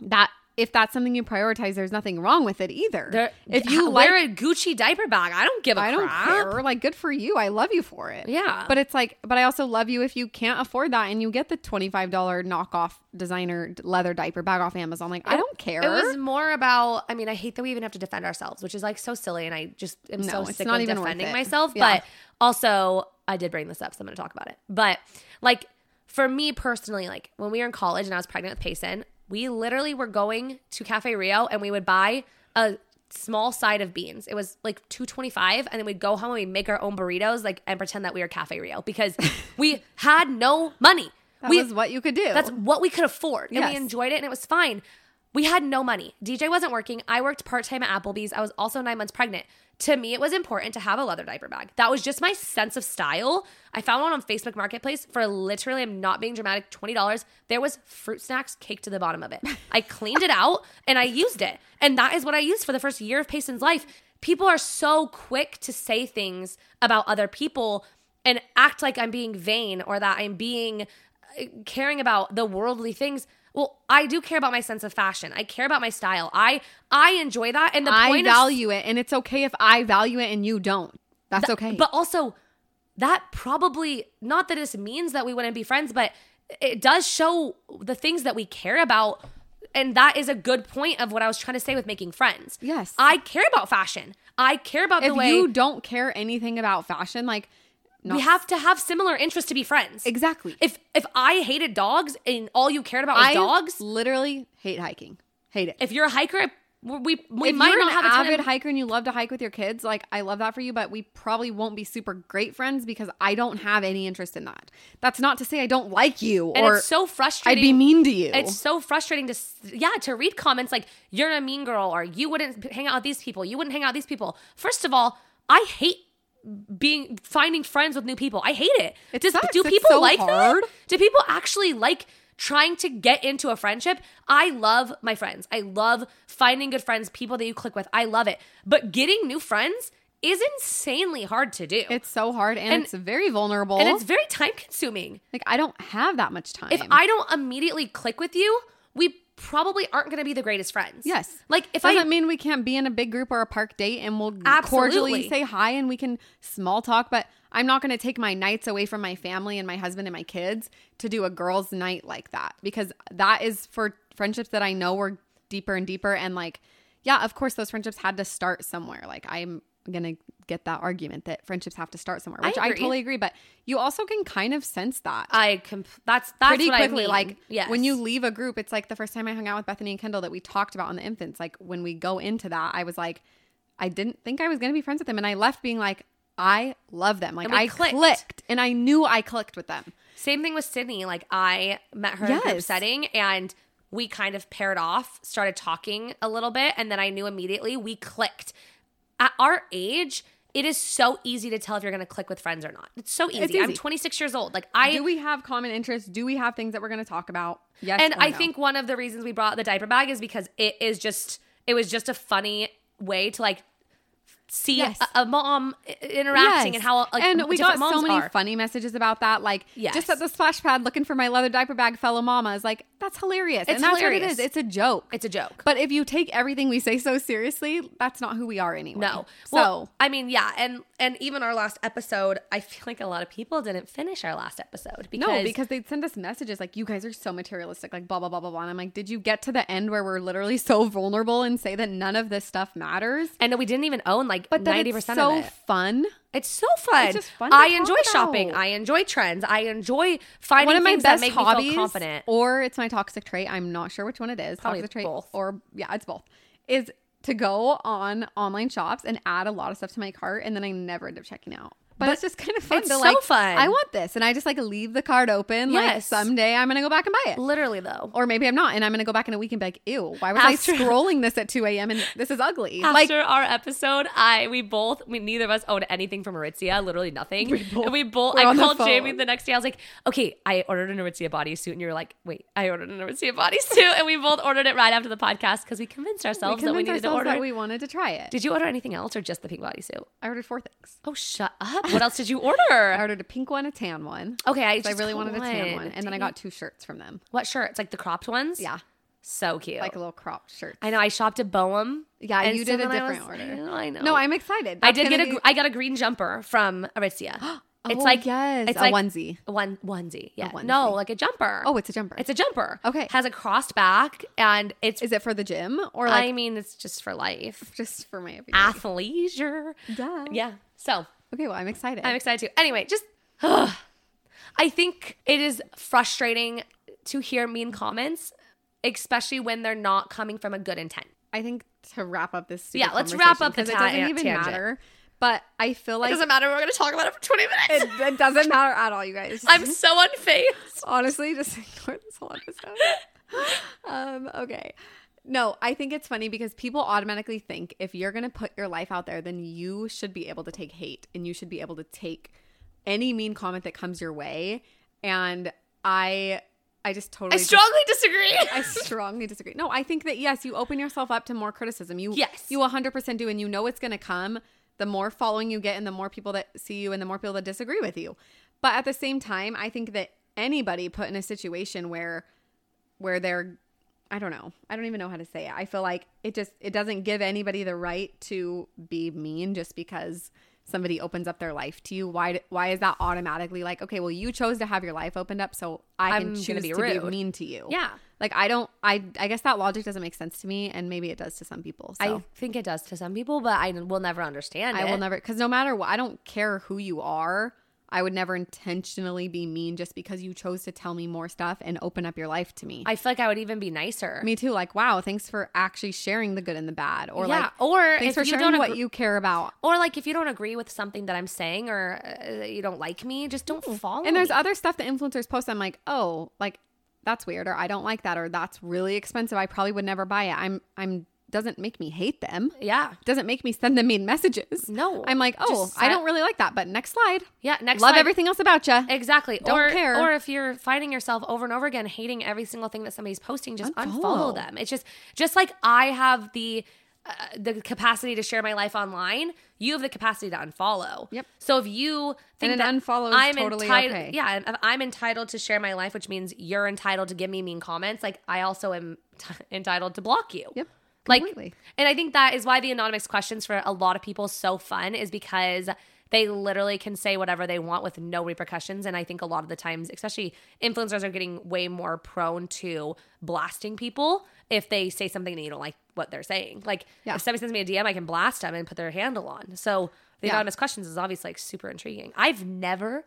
that if that's something you prioritize, there's nothing wrong with it either.
There-
if
[laughs]
you
ha-
like,
wear a Gucci diaper bag, I don't give a
I don't
crap.
care. Like, good for you. I love you for it.
Yeah.
But it's like, but I also love you if you can't afford that and you get the twenty five dollar knockoff designer d- leather diaper bag off Amazon. Like, I don't care.
It was more about. I mean, I hate that we even have to defend ourselves, which is like so silly, and I just am
No,
so
it's
sick
not
of
even worth
defending
it.
myself.
Yeah.
But also, I did bring this up, so I'm going to talk about it. But like for me personally, like when we were in college and I was pregnant with Payson, we literally were going to Cafe Rio and we would buy a small side of beans. It was like 225 and then we'd go home and we'd make our own burritos like and pretend that we were Cafe Rio
[laughs]
because we had no money.
that
we
was what you could do.
that's what we could afford. And
Yes.
we enjoyed it and it was fine. We had no money. DJ wasn't working. I worked part time at Applebee's. I was also nine months pregnant. To me, it was important to have a leather diaper bag. That was just my sense of style. I found one on Facebook Marketplace for literally, I'm not being dramatic, $20. There was fruit snacks caked to the bottom
[laughs]
of it. I cleaned it out and I used it. And that is what I used for the first year of Payson's life. People are so quick to say things about other people and act like I'm being vain or that I'm being uh, caring about the worldly things well i do care about my sense of fashion i care about my style i i enjoy that and the
I
point
value it, and it's okay if I value it and you don't. That's okay.
of, but also that probably not that this means that we wouldn't be friends but it does show the things that we care about and that is a good point of what i was trying to say with making friends
Yes.
i care about fashion i care about
if
the way
you don't care anything about fashion, like not
we have to have similar interests to be friends
exactly.
if if i hated dogs and all you cared about was
I
dogs
literally hate hiking, hate it.
if you're a hiker we we
if
might
you're
not
an
have a ton of-
avid hiker and you love to hike with your kids, like I love that for you, but we probably won't be super great friends because I don't have any interest in that. That's not to say I don't like you
and
or
it's so
I'd
frustrating.
be mean to you.
It's so frustrating to s- yeah to read comments like you're a mean girl or you wouldn't p- hang out with these people. You wouldn't hang out with these people. First of all, I hate being finding friends with new people. I hate it.
It
Does-
sucks.
do
It's
people
so
like
hard.
that? Do people actually like trying to get into a friendship? I love my friends. I love finding good friends, people that you click with. I love it. But getting new friends is insanely hard to do.
it's so hard and,
and-
it's very vulnerable.
and it's very time consuming.
like I don't have that much time.
If I don't immediately click with you, we probably aren't going to be the greatest friends.
Yes.
Like if
doesn't
I
mean we can't be in a big group or a park date and we'll cordially
Absolutely.
say hi and we can small talk, but I'm not going to take my nights away from my family and my husband and my kids to do a girls' night like that because that is for friendships that I know are deeper and deeper. And like, yeah, of course, those friendships had to start somewhere. Like, I'm going to get that argument that friendships have to start somewhere, which I,
agree.
totally agree. But you also can kind of sense that
I comp- that's that's
pretty
what I
quickly.
mean.
Like
yes.
when you leave a group, it's like the first time I hung out with Bethany and Kendall that we talked about on the infants. Like when we go into that, I was like, I didn't think I was gonna be friends with them, and I left being like, I love them. Like
And we
I clicked.
clicked.
and I knew I clicked with them.
same thing with Sydney. Like I met her in a group
Yes.
setting and we kind of paired off, started talking a little bit, and then I knew immediately we clicked. At our age, it is so easy to tell if you're going to click with friends or not. It's so easy. I'm
easy.
26 years old. Like I
Do we have common interests? Do we have things that we're gonna talk about? Yes,
and
or
I
no?
think one of the reasons we brought the diaper bag is because it is just it was just a funny way to like see
Yes.
a, a mom i- interacting
Yes.
and how like
and we got
different moms
so many
are.
funny messages about that. Like just
Yes.
at the splash pad looking for my leather diaper bag, fellow mama is like that's hilarious, and that's what it
hilarious.
is. It's a joke.
It's a joke.
But if you take everything we say so seriously, that's not who we are anyway.
No.
So
Well, I mean, yeah, and and even our last episode, I feel like a lot of people didn't finish our last episode because
no, because they'd send us messages like, you guys are so materialistic, like blah, blah, blah, blah, blah. And I'm like, did you get to the end where we're literally so vulnerable and say that none of this stuff matters?
and we didn't even own like
But then
ninety
90% it's
percent
so
of it.
fun.
It's so fun.
It's just fun to
I
talk
enjoy shopping.
about.
I enjoy trends. I enjoy finding
One of my
things
best
that make me
hobbies,
feel confident.
or it's my toxic trait. I'm not sure which one it is.
Probably
toxic trait,
both.
or yeah, it's both. Is to go on online shops and add a lot of stuff to my cart, and then I never end up checking out. But, it's just kind of fun.
it's
to,
so
like,
fun.
I want this, and I just like leave the cart open. Like
Yes.
someday I'm gonna go back and buy it.
Literally though.
or maybe I'm not, and I'm gonna go back in a week and be like, "Ew, why was
After-
I scrolling this at 2 a.m. and this is ugly?" like,
after our episode, I we both we neither of us owned anything from Aritzia, literally nothing. We both, and we both
were
I
on the
called Jamie
phone.
the next day. I was like, okay, I ordered an Aritzia bodysuit, and you were like, wait, I ordered an Aritzia bodysuit, and we both ordered it right after the podcast because we convinced
we
ourselves that we
convinced
needed to
ourselves
order.
that we wanted to try it.
Did you order anything else or just the pink bodysuit?
I ordered four things.
Oh, shut up! [laughs] What else did you
I [laughs]
order?
ordered a pink one, a tan one.
Okay, I,
I
just
really wanted a tan
couldn't.
one, and then I got two shirts from them.
what shirts? Like the cropped ones?
Yeah.
So cute.
like a little cropped shirt.
I know. I shopped at Boehm.
Yeah,
and
you
so
did a
then I
different
was-
order.
I know. [laughs] I know.
No, I'm excited.
I
That's
did
gonna
get a.
be-
gr- I got a green jumper from [gasps] Aritzia. it's
Oh,
like
yes,
it's
a
like
onesie.
one onesie. Yeah, no,
onesie.
like a jumper.
Oh, it's a jumper.
it's a jumper.
Okay.
has a crossed back, and it's.
Is it for the gym or like
I mean, it's just for life,
just for my
[laughs]
everyday?
athleisure.
Duh.
Yeah. So
Okay, well, I'm excited.
I'm excited too. Anyway, just I think it is frustrating to hear mean comments, especially when they're not coming from a good intent.
I think to wrap up this.
Yeah,
stupid
let's wrap up the
conversation, 'cause
ta-
it doesn't even
tangent.
matter. But I feel like
it doesn't matter. We're going to talk about it for 20 minutes.
it, it doesn't matter at all, you guys.
I'm so [laughs] unfazed.
honestly just [laughs] ignore this whole episode. um, okay. No, I think it's funny because people automatically think if you're going to put your life out there, then you should be able to take hate and you should be able to take any mean comment that comes your way. And I, I just
I
totally.
strongly disagree.
I strongly disagree. No, I think that yes, you open yourself up to more criticism. You
Yes.
you 100% do and you know it's going to come. The more following you get and the more people that see you and the more people that disagree with you. But at the same time, I think that anybody put in a situation where where they're I don't know. I don't even know how to say it. I feel like it just it doesn't give anybody the right to be mean just because somebody opens up their life to you. Why why is that automatically like, okay, well you chose to have your life opened up, so I
I'm
can
gonna
choose
be
to be
rude.
mean to you.
Yeah.
Like I don't I I guess that logic doesn't make sense to me and maybe it does to some people. So
think it does to some people, but I will never understand
I, will never cuz no matter what I don't care who you are. I would never intentionally be mean just because you chose to tell me more stuff and open up your life to me.
I feel like I would even be nicer.
me too. Like, wow, thanks for actually sharing the good and the bad, or
Yeah,
like,
or
thanks
if
for
you
sharing
don't
what
agr-
you care about.
or like if you don't agree with something that I'm saying or uh, you don't like me, just don't follow
And there's
me.
other stuff that influencers post. I'm like, oh, like that's weird, or I don't like that, or that's really expensive. I probably would never buy it. I'm, I'm doesn't make me hate them.
Yeah.
Doesn't make me send them mean messages.
No.
I'm like, oh,
Just
I
sa-
don't really like that. But next slide.
Yeah, next
Love
slide.
everything else about you.
Exactly.
Don't
or,
care.
Or if you're finding yourself over and over again hating every single thing that somebody's posting, just unfollow,
Unfollow.
them. It's just just like I have the uh, the capacity to share my life online. You have the capacity to unfollow.
Yep.
So if you think
an
that
unfollow is
I'm
totally
entitled,
okay.
yeah, and if I'm entitled to share my life, which means you're entitled to give me mean comments. Like I also am [laughs] t- entitled to block you.
Yep.
Like,
Completely.
and I think that is why the anonymous questions for a lot of people is so fun is because they literally can say whatever they want with no repercussions. And I think a lot of the times, especially influencers, are getting way more prone to blasting people if they say something and you don't like what they're saying. Like
Yeah.
if somebody sends me a DM, I can blast them and put their handle on. So the
Yeah.
anonymous questions is obviously like super intriguing. I've never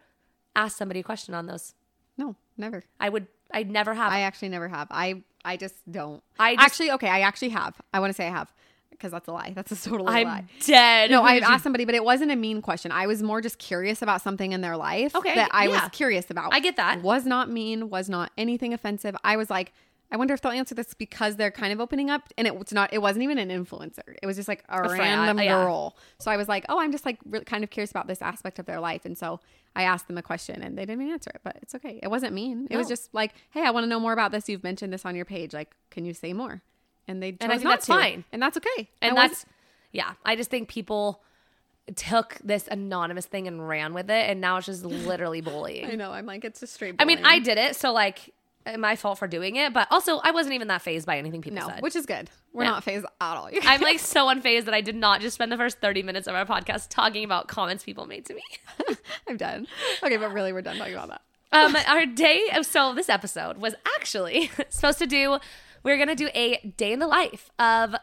asked somebody a question on those.
No, never.
I would. I never have.
I actually never have. I I just don't.
I just-
actually okay. I actually have. I want to say I have because that's a lie. That's a total
I'm
lie.
dead.
No,
Who
I
did you-
asked somebody, but it wasn't a mean question. I was more just curious about something in their life
Okay,
that I
yeah.
was curious about.
I get that.
Was not mean, was not anything offensive. I was like, I wonder if they'll answer this because they're kind of opening up. And it was not, it wasn't even an influencer. It was just like a,
frat,
random
yeah.
girl. So I was like, oh, I'm just like really kind of curious about this aspect of their life. And so I asked them a question and they didn't even answer it, but it's okay. It wasn't mean. It was
No.
just like, hey, I want to know more about this. You've mentioned this on your page. Like, can you say more? And they chose
I think
not
that's
to.
fine.
And that's okay.
and
I wasn't-
that's yeah i just think people took this anonymous thing and ran with it and now it's [laughs] just literally bullying
I know. I'm like, it's a straight.
i mean
bullying.
i did it so like eh, my fault for doing it but also i wasn't even that phased by anything people
No,
said
which is good. We're
Yeah.
not phased at all. [laughs]
i'm [laughs] like so unfazed that i did not just spend the first 30 minutes of our podcast talking about comments people made [laughs] to me
I'm done. Okay, but really, we're done talking about that.
um our day of so this episode was actually [laughs] supposed to do we're gonna do a day in the life of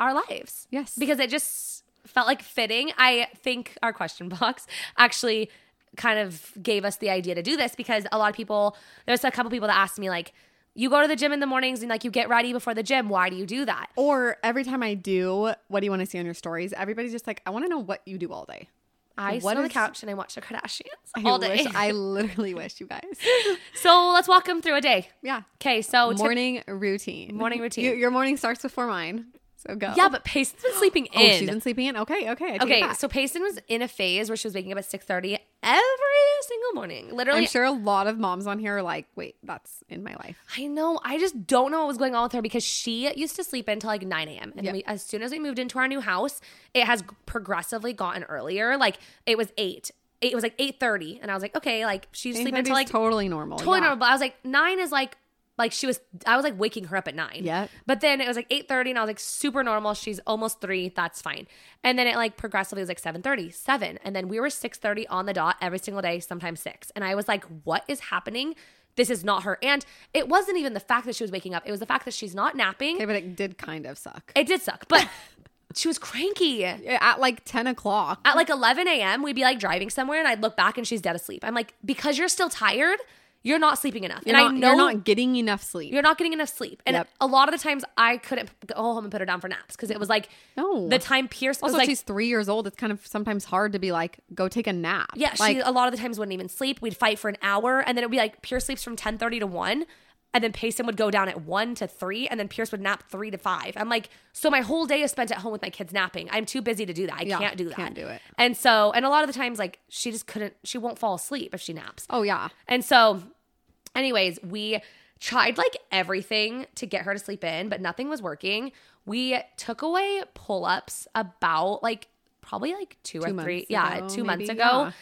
our lives
Yes.
because it just felt like fitting i think our question [laughs] box actually kind of gave us the idea to do this because a lot of people there's a couple people that asked me like you go to the gym in the mornings and like you get ready before the gym why do you do that
Or every time I do, what do you want to see on your stories? Everybody's just like, I want to know what you do all day.
i
What
sit on the
is-
couch and i watch the kardashians
I
all day
Wish, I literally wish you guys.
[laughs]
[laughs]
so let's walk them through a day
Yeah.
okay so tip-
Morning routine.
Morning routine.
You- your morning starts before mine. So go.
yeah but Paige's been sleeping
Oh,
in
she's been sleeping in. Okay. Okay. I take it
Okay,
back.
so Payson was in a phase where she was waking up at 6:30 every single morning. Literally.
I'm sure a lot of moms on here are like, wait, that's in my life.
I know. I just don't know what was going on with her because she used to sleep until like 9 a.m. And
Yep.
we, as soon as we moved into our new house, it has progressively gotten earlier. Like it was 8. It was like 8:30 and I was like, "Okay, like she's sleeping
Anxiety
until
is
like
totally normal.
totally
Oh, yeah.
normal. But I was like, nine is like like she was I was like waking her up at nine.
Yep.
But then it was like eight thirty, and I was like super normal. She's almost three. That's fine. And then it like progressively was like 7.30, 7. And then we were 6.30 on the dot every single day, sometimes 6. And I was like, what is happening? This is not her. And it wasn't even the fact that she was waking up. It was the fact that she's not napping.
Okay, but it did kind of suck.
It did suck, but [laughs] she was cranky.
At like 10 o'clock.
At like 11 a.m., we'd be like driving somewhere, and I'd look back and she's dead asleep. I'm like, because you're still tired, you're not sleeping enough.
You're
and
not,
I know
you're not getting enough sleep.
you're not getting enough sleep. And
Yep.
a lot of the times I couldn't go home and put her down for naps because it was like
No.
the time Pierce was
also,
like
she's three years old. It's kind of sometimes hard to be like, go take a nap.
yeah,
like,
she a lot of the times wouldn't even sleep. We'd fight for an hour and then it'd be like Pierce sleeps from 10:30 to 1 and then Payson would go down at 1 to 3 and then Pierce would nap 3 to 5. I'm like so my whole day is spent at home with my kids napping. I'm too busy to do that. I
Yeah,
can't do that.
can't do it.
And so and a lot of the times like she just couldn't she won't fall asleep if she naps.
oh yeah,
And so, anyways, we tried like everything to get her to sleep in, but nothing was working. We took away pull ups about like probably like two, or
Two
three,
months
yeah,
ago,
two months
maybe,
ago.
yeah.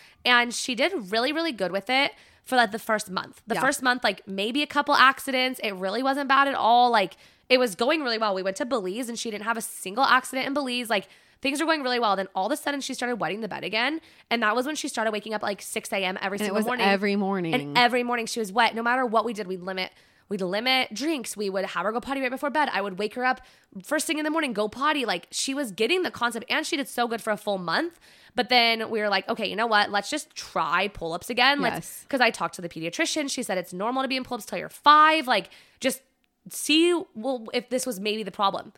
And she did really, really good with it for like the first month. The
Yeah.
first month, like maybe a couple accidents. It really wasn't bad at all. Like it was going really well. We went to Belize and she didn't have a single accident in Belize. Like things were going really well. Then all of a sudden she started wetting the bed again. And that was when she started waking up at, like 6 a.m. every
and it
single
was
morning.
every morning.
And every morning she was wet. No matter what we did, we'd limit we'd limit drinks. We would have her go potty right before bed. I would wake her up first thing in the morning, go potty. Like she was getting the concept and she did so good for a full month. But then we were like, okay, you know what? Let's just try pull-ups again. Let's
Yes.
because I talked to the pediatrician. She said it's normal to be in pull-ups till you're five. Like just see well if this was maybe the problem.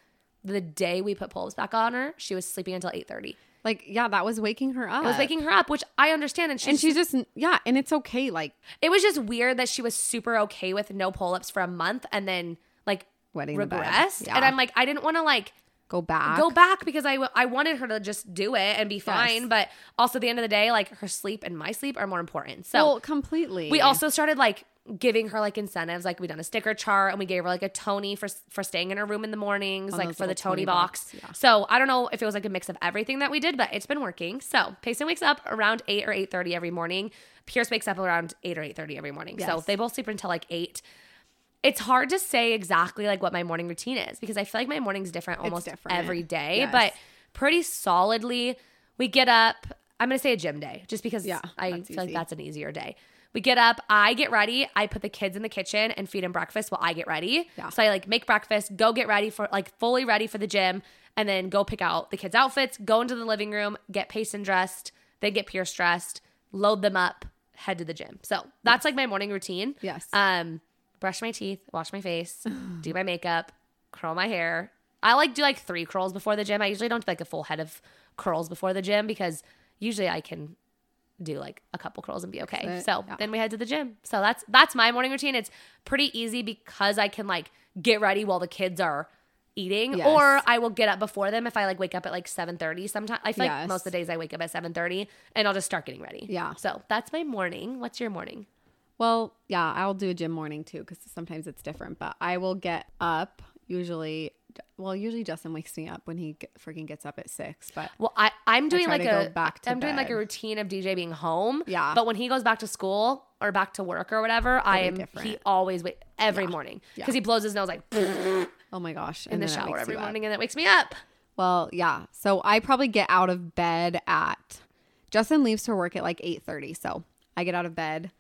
The day we put pull-ups back on her, she was sleeping until 8:30.
like yeah, that was waking her up.
I was waking her up, which I understand, and she's,
and she's just yeah, and it's okay. Like
it was just weird that she was super okay with no pull ups for a month and then like
Wetting the bed.
regressed.
Yeah.
And I'm like, I didn't want to like
go back.
go back because I, w- I wanted her to just do it and be fine. But also, at the end of the day, like her sleep and my sleep are more important. So
Well, completely.
we also started like giving her like incentives. Like we done a sticker chart and we gave her like a Tony for for staying in her room in the mornings,
On
like
those
for the
little
Tony,
Tony
box.
box, yeah.
So I don't know if it was like a mix of everything that we did, but it's been working. So Payson wakes up around eight or eight thirty every morning. Pierce wakes up around eight or eight thirty every morning. So
Yes.
they both sleep until like eight. It's hard to say exactly like what my morning routine is because I feel like my morning's different almost
different.
every day,
Yes.
but pretty solidly we get up. I'm gonna say a gym day just because
Yeah,
I feel
that's
like
easy.
that's an easier day. We get up, I get ready, I put the kids in the kitchen and feed them breakfast while I get ready.
Yeah.
So I like make breakfast, go get ready for like fully ready for the gym, and then go pick out the kids' outfits, go into the living room, get Payson dressed, then get Pierce dressed, load them up, head to the gym. So that's like my morning routine.
Yes.
Um, brush my teeth, wash my
[sighs]
face, do my makeup, curl my hair. I like do like three curls before the gym. I usually don't do like a full head of curls before the gym because usually I can do like a couple curls and be okay.
it.
So
Yeah.
then we head to the gym. So that's that's my morning routine. It's pretty easy because I can like get ready while the kids are eating
Yes.
or I will get up before them if I like wake up at like 7:30 sometimes. I feel like
Yes.
most of the days I wake up at 7:30 and I'll just start getting ready.
Yeah.
So that's my morning. What's your morning?
Well, yeah, I'll do a gym morning too because sometimes it's different. But I will get up usually. Well, usually Justin wakes me up when he g- freaking gets up at six. But
Well, I I'm doing
try
like
to go
a
back to
am doing like a
bed.
routine of DJ being home.
Yeah.
But when he goes back to school or back to work or whatever, I am
Totally different.
he always wait every morning because he blows his nose like
oh my gosh,
in the
then it
shower
wakes
every
you up.
morning and that wakes me up.
Well, yeah. So I probably get out of bed at Justin leaves for work at like eight thirty. So I get out of bed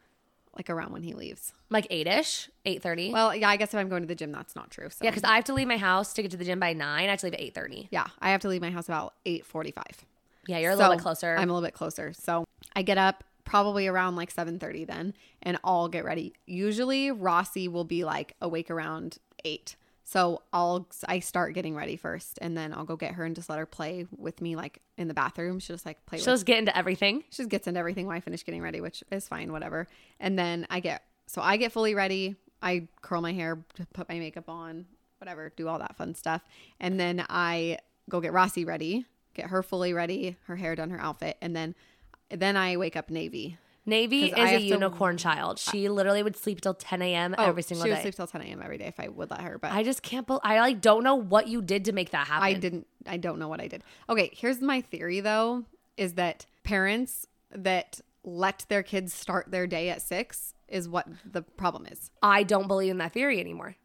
like around when he leaves.
Like eight ish, eight thirty.
Well, yeah, I guess if I'm going to the gym, that's not true. So
yeah, because I have to leave my house to get to the gym by nine. I have to leave at eight thirty.
yeah, I have to leave my house about eight forty-five.
Yeah, you're a little
So
bit closer.
I'm a little bit closer. So I get up probably around like 7:30 then and I'll get ready. Usually Rossi will be like awake around 8. So I'll I start getting ready first and then I'll go get her and just let her play with me like in the bathroom. She'll just like play
She'll
with
just get into everything.
she just gets into everything when I finish getting ready, which is fine, whatever. And then I get so I get fully ready. I curl my hair, put my makeup on, whatever, do all that fun stuff. And then I go get Rossi ready, get her fully ready, her hair done, her outfit, and then then I wake up Navy.
Navy
'Cause
is
I
a
have to- Oh,
unicorn child. She literally would sleep till ten a.m. Oh, every single
she
day.
would sleep till 10 a.m. every day if I would let her, but
I just can't. bel I like don't know what you did to make that happen.
I didn't I don't know what I did. Okay, here's my theory though is that parents that let their kids start their day at six is what the problem is.
I don't believe in that theory anymore.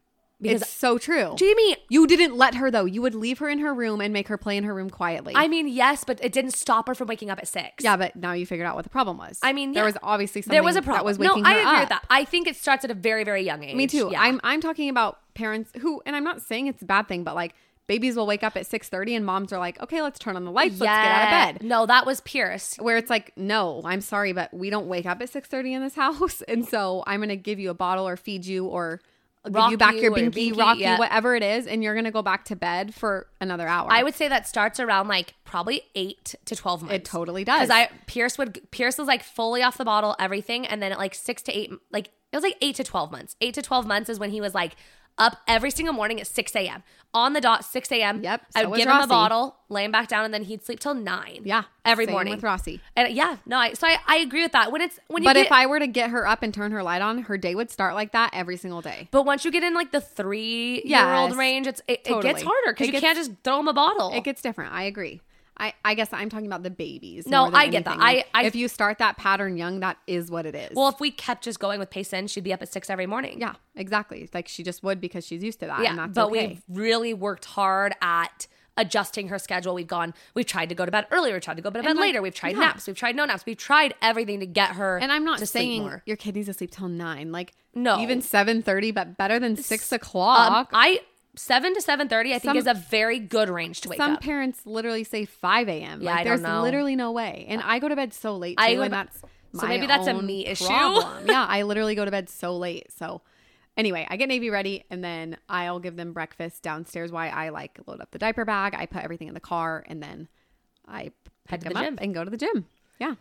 It's so true.
Jamie,
You didn't let her though. You would leave her in her room and make her play in her room quietly.
I mean, yes, but it didn't stop her from waking up at six.
yeah, but now you figured out what the problem was.
I mean,
there
yeah.
was obviously something
there was a problem.
that was
no,
waking
I
her
agree
up.
with that. I think it starts at a very, very young age.
Me too.
Yeah.
I'm I'm talking about parents who, and I'm not saying it's a bad thing, but like babies will wake up at six thirty, and moms are like, okay, let's turn on the lights, let's get out
Yeah.
of bed.
No, that was Pierce.
where it's like no i'm sorry but we don't wake up at 6.30 in this [laughs] house and so i'm gonna give you a bottle or feed you or give
Rock
you back
you
your
or
binky,
binky,
rock
yeah.
you whatever it is and you're gonna go back to bed for another hour
I would say that starts around like probably eight to twelve months.
it totally does
Because I Pierce would Pierce was like fully off the bottle, everything, and then at like six to eight, like it was like eight to twelve months. Eight to twelve months is when he was like up every single morning at six a.m. on the dot, six a.m.
Yep,
I
so
would
was
give him a
Rossi.
bottle, lay him back down, and then he'd sleep till nine.
yeah
every
same
morning
with rossi
And yeah, no, I so I, I agree with that. When it's when you
but
get,
if i were to get her up and turn her light on her day would start like that every single day
but once you get in like the three year old
Yes,
range, it's it, it gets
totally.
harder
It
because you
gets-
can't just throw him a bottle.
it gets different i agree I, I guess I'm talking about the babies.
No,
more than
I get that.
anything. Like,
I- I-
if you start that pattern young, that is what it is.
well, if we kept just going with Payson, she'd be up at six every morning.
yeah, exactly. Like she just would because she's used to that. and that's
but
okay.
we've really worked hard at adjusting her schedule. We've gone, we've tried to go to bed earlier, we've tried to go to bed
like,
later, we've tried
yeah.
naps, we've tried no naps, we've tried everything to get her.
And I'm not
to sleep
saying
more.
your kid needs to sleep till nine. Like
No.
even seven thirty, but better than six
Um,
o'clock.
I seven to seven thirty, I think,
Some-
is a very good range to wake
Some
up.
parents literally say five a.m.
Yeah,
like,
I don't
there's
know.
literally no way. And I go to bed so late too,
I go
and
to-
that's
so
my
maybe that's a
own
me issue. [laughs]
problem. yeah, I literally go to bed so late. So anyway, I get Navy ready, and then I'll give them breakfast downstairs. Why I like load up the diaper bag, I put everything in the car, and then I
Head
pick
to
them
the
up
gym.
and go to the gym. Yeah.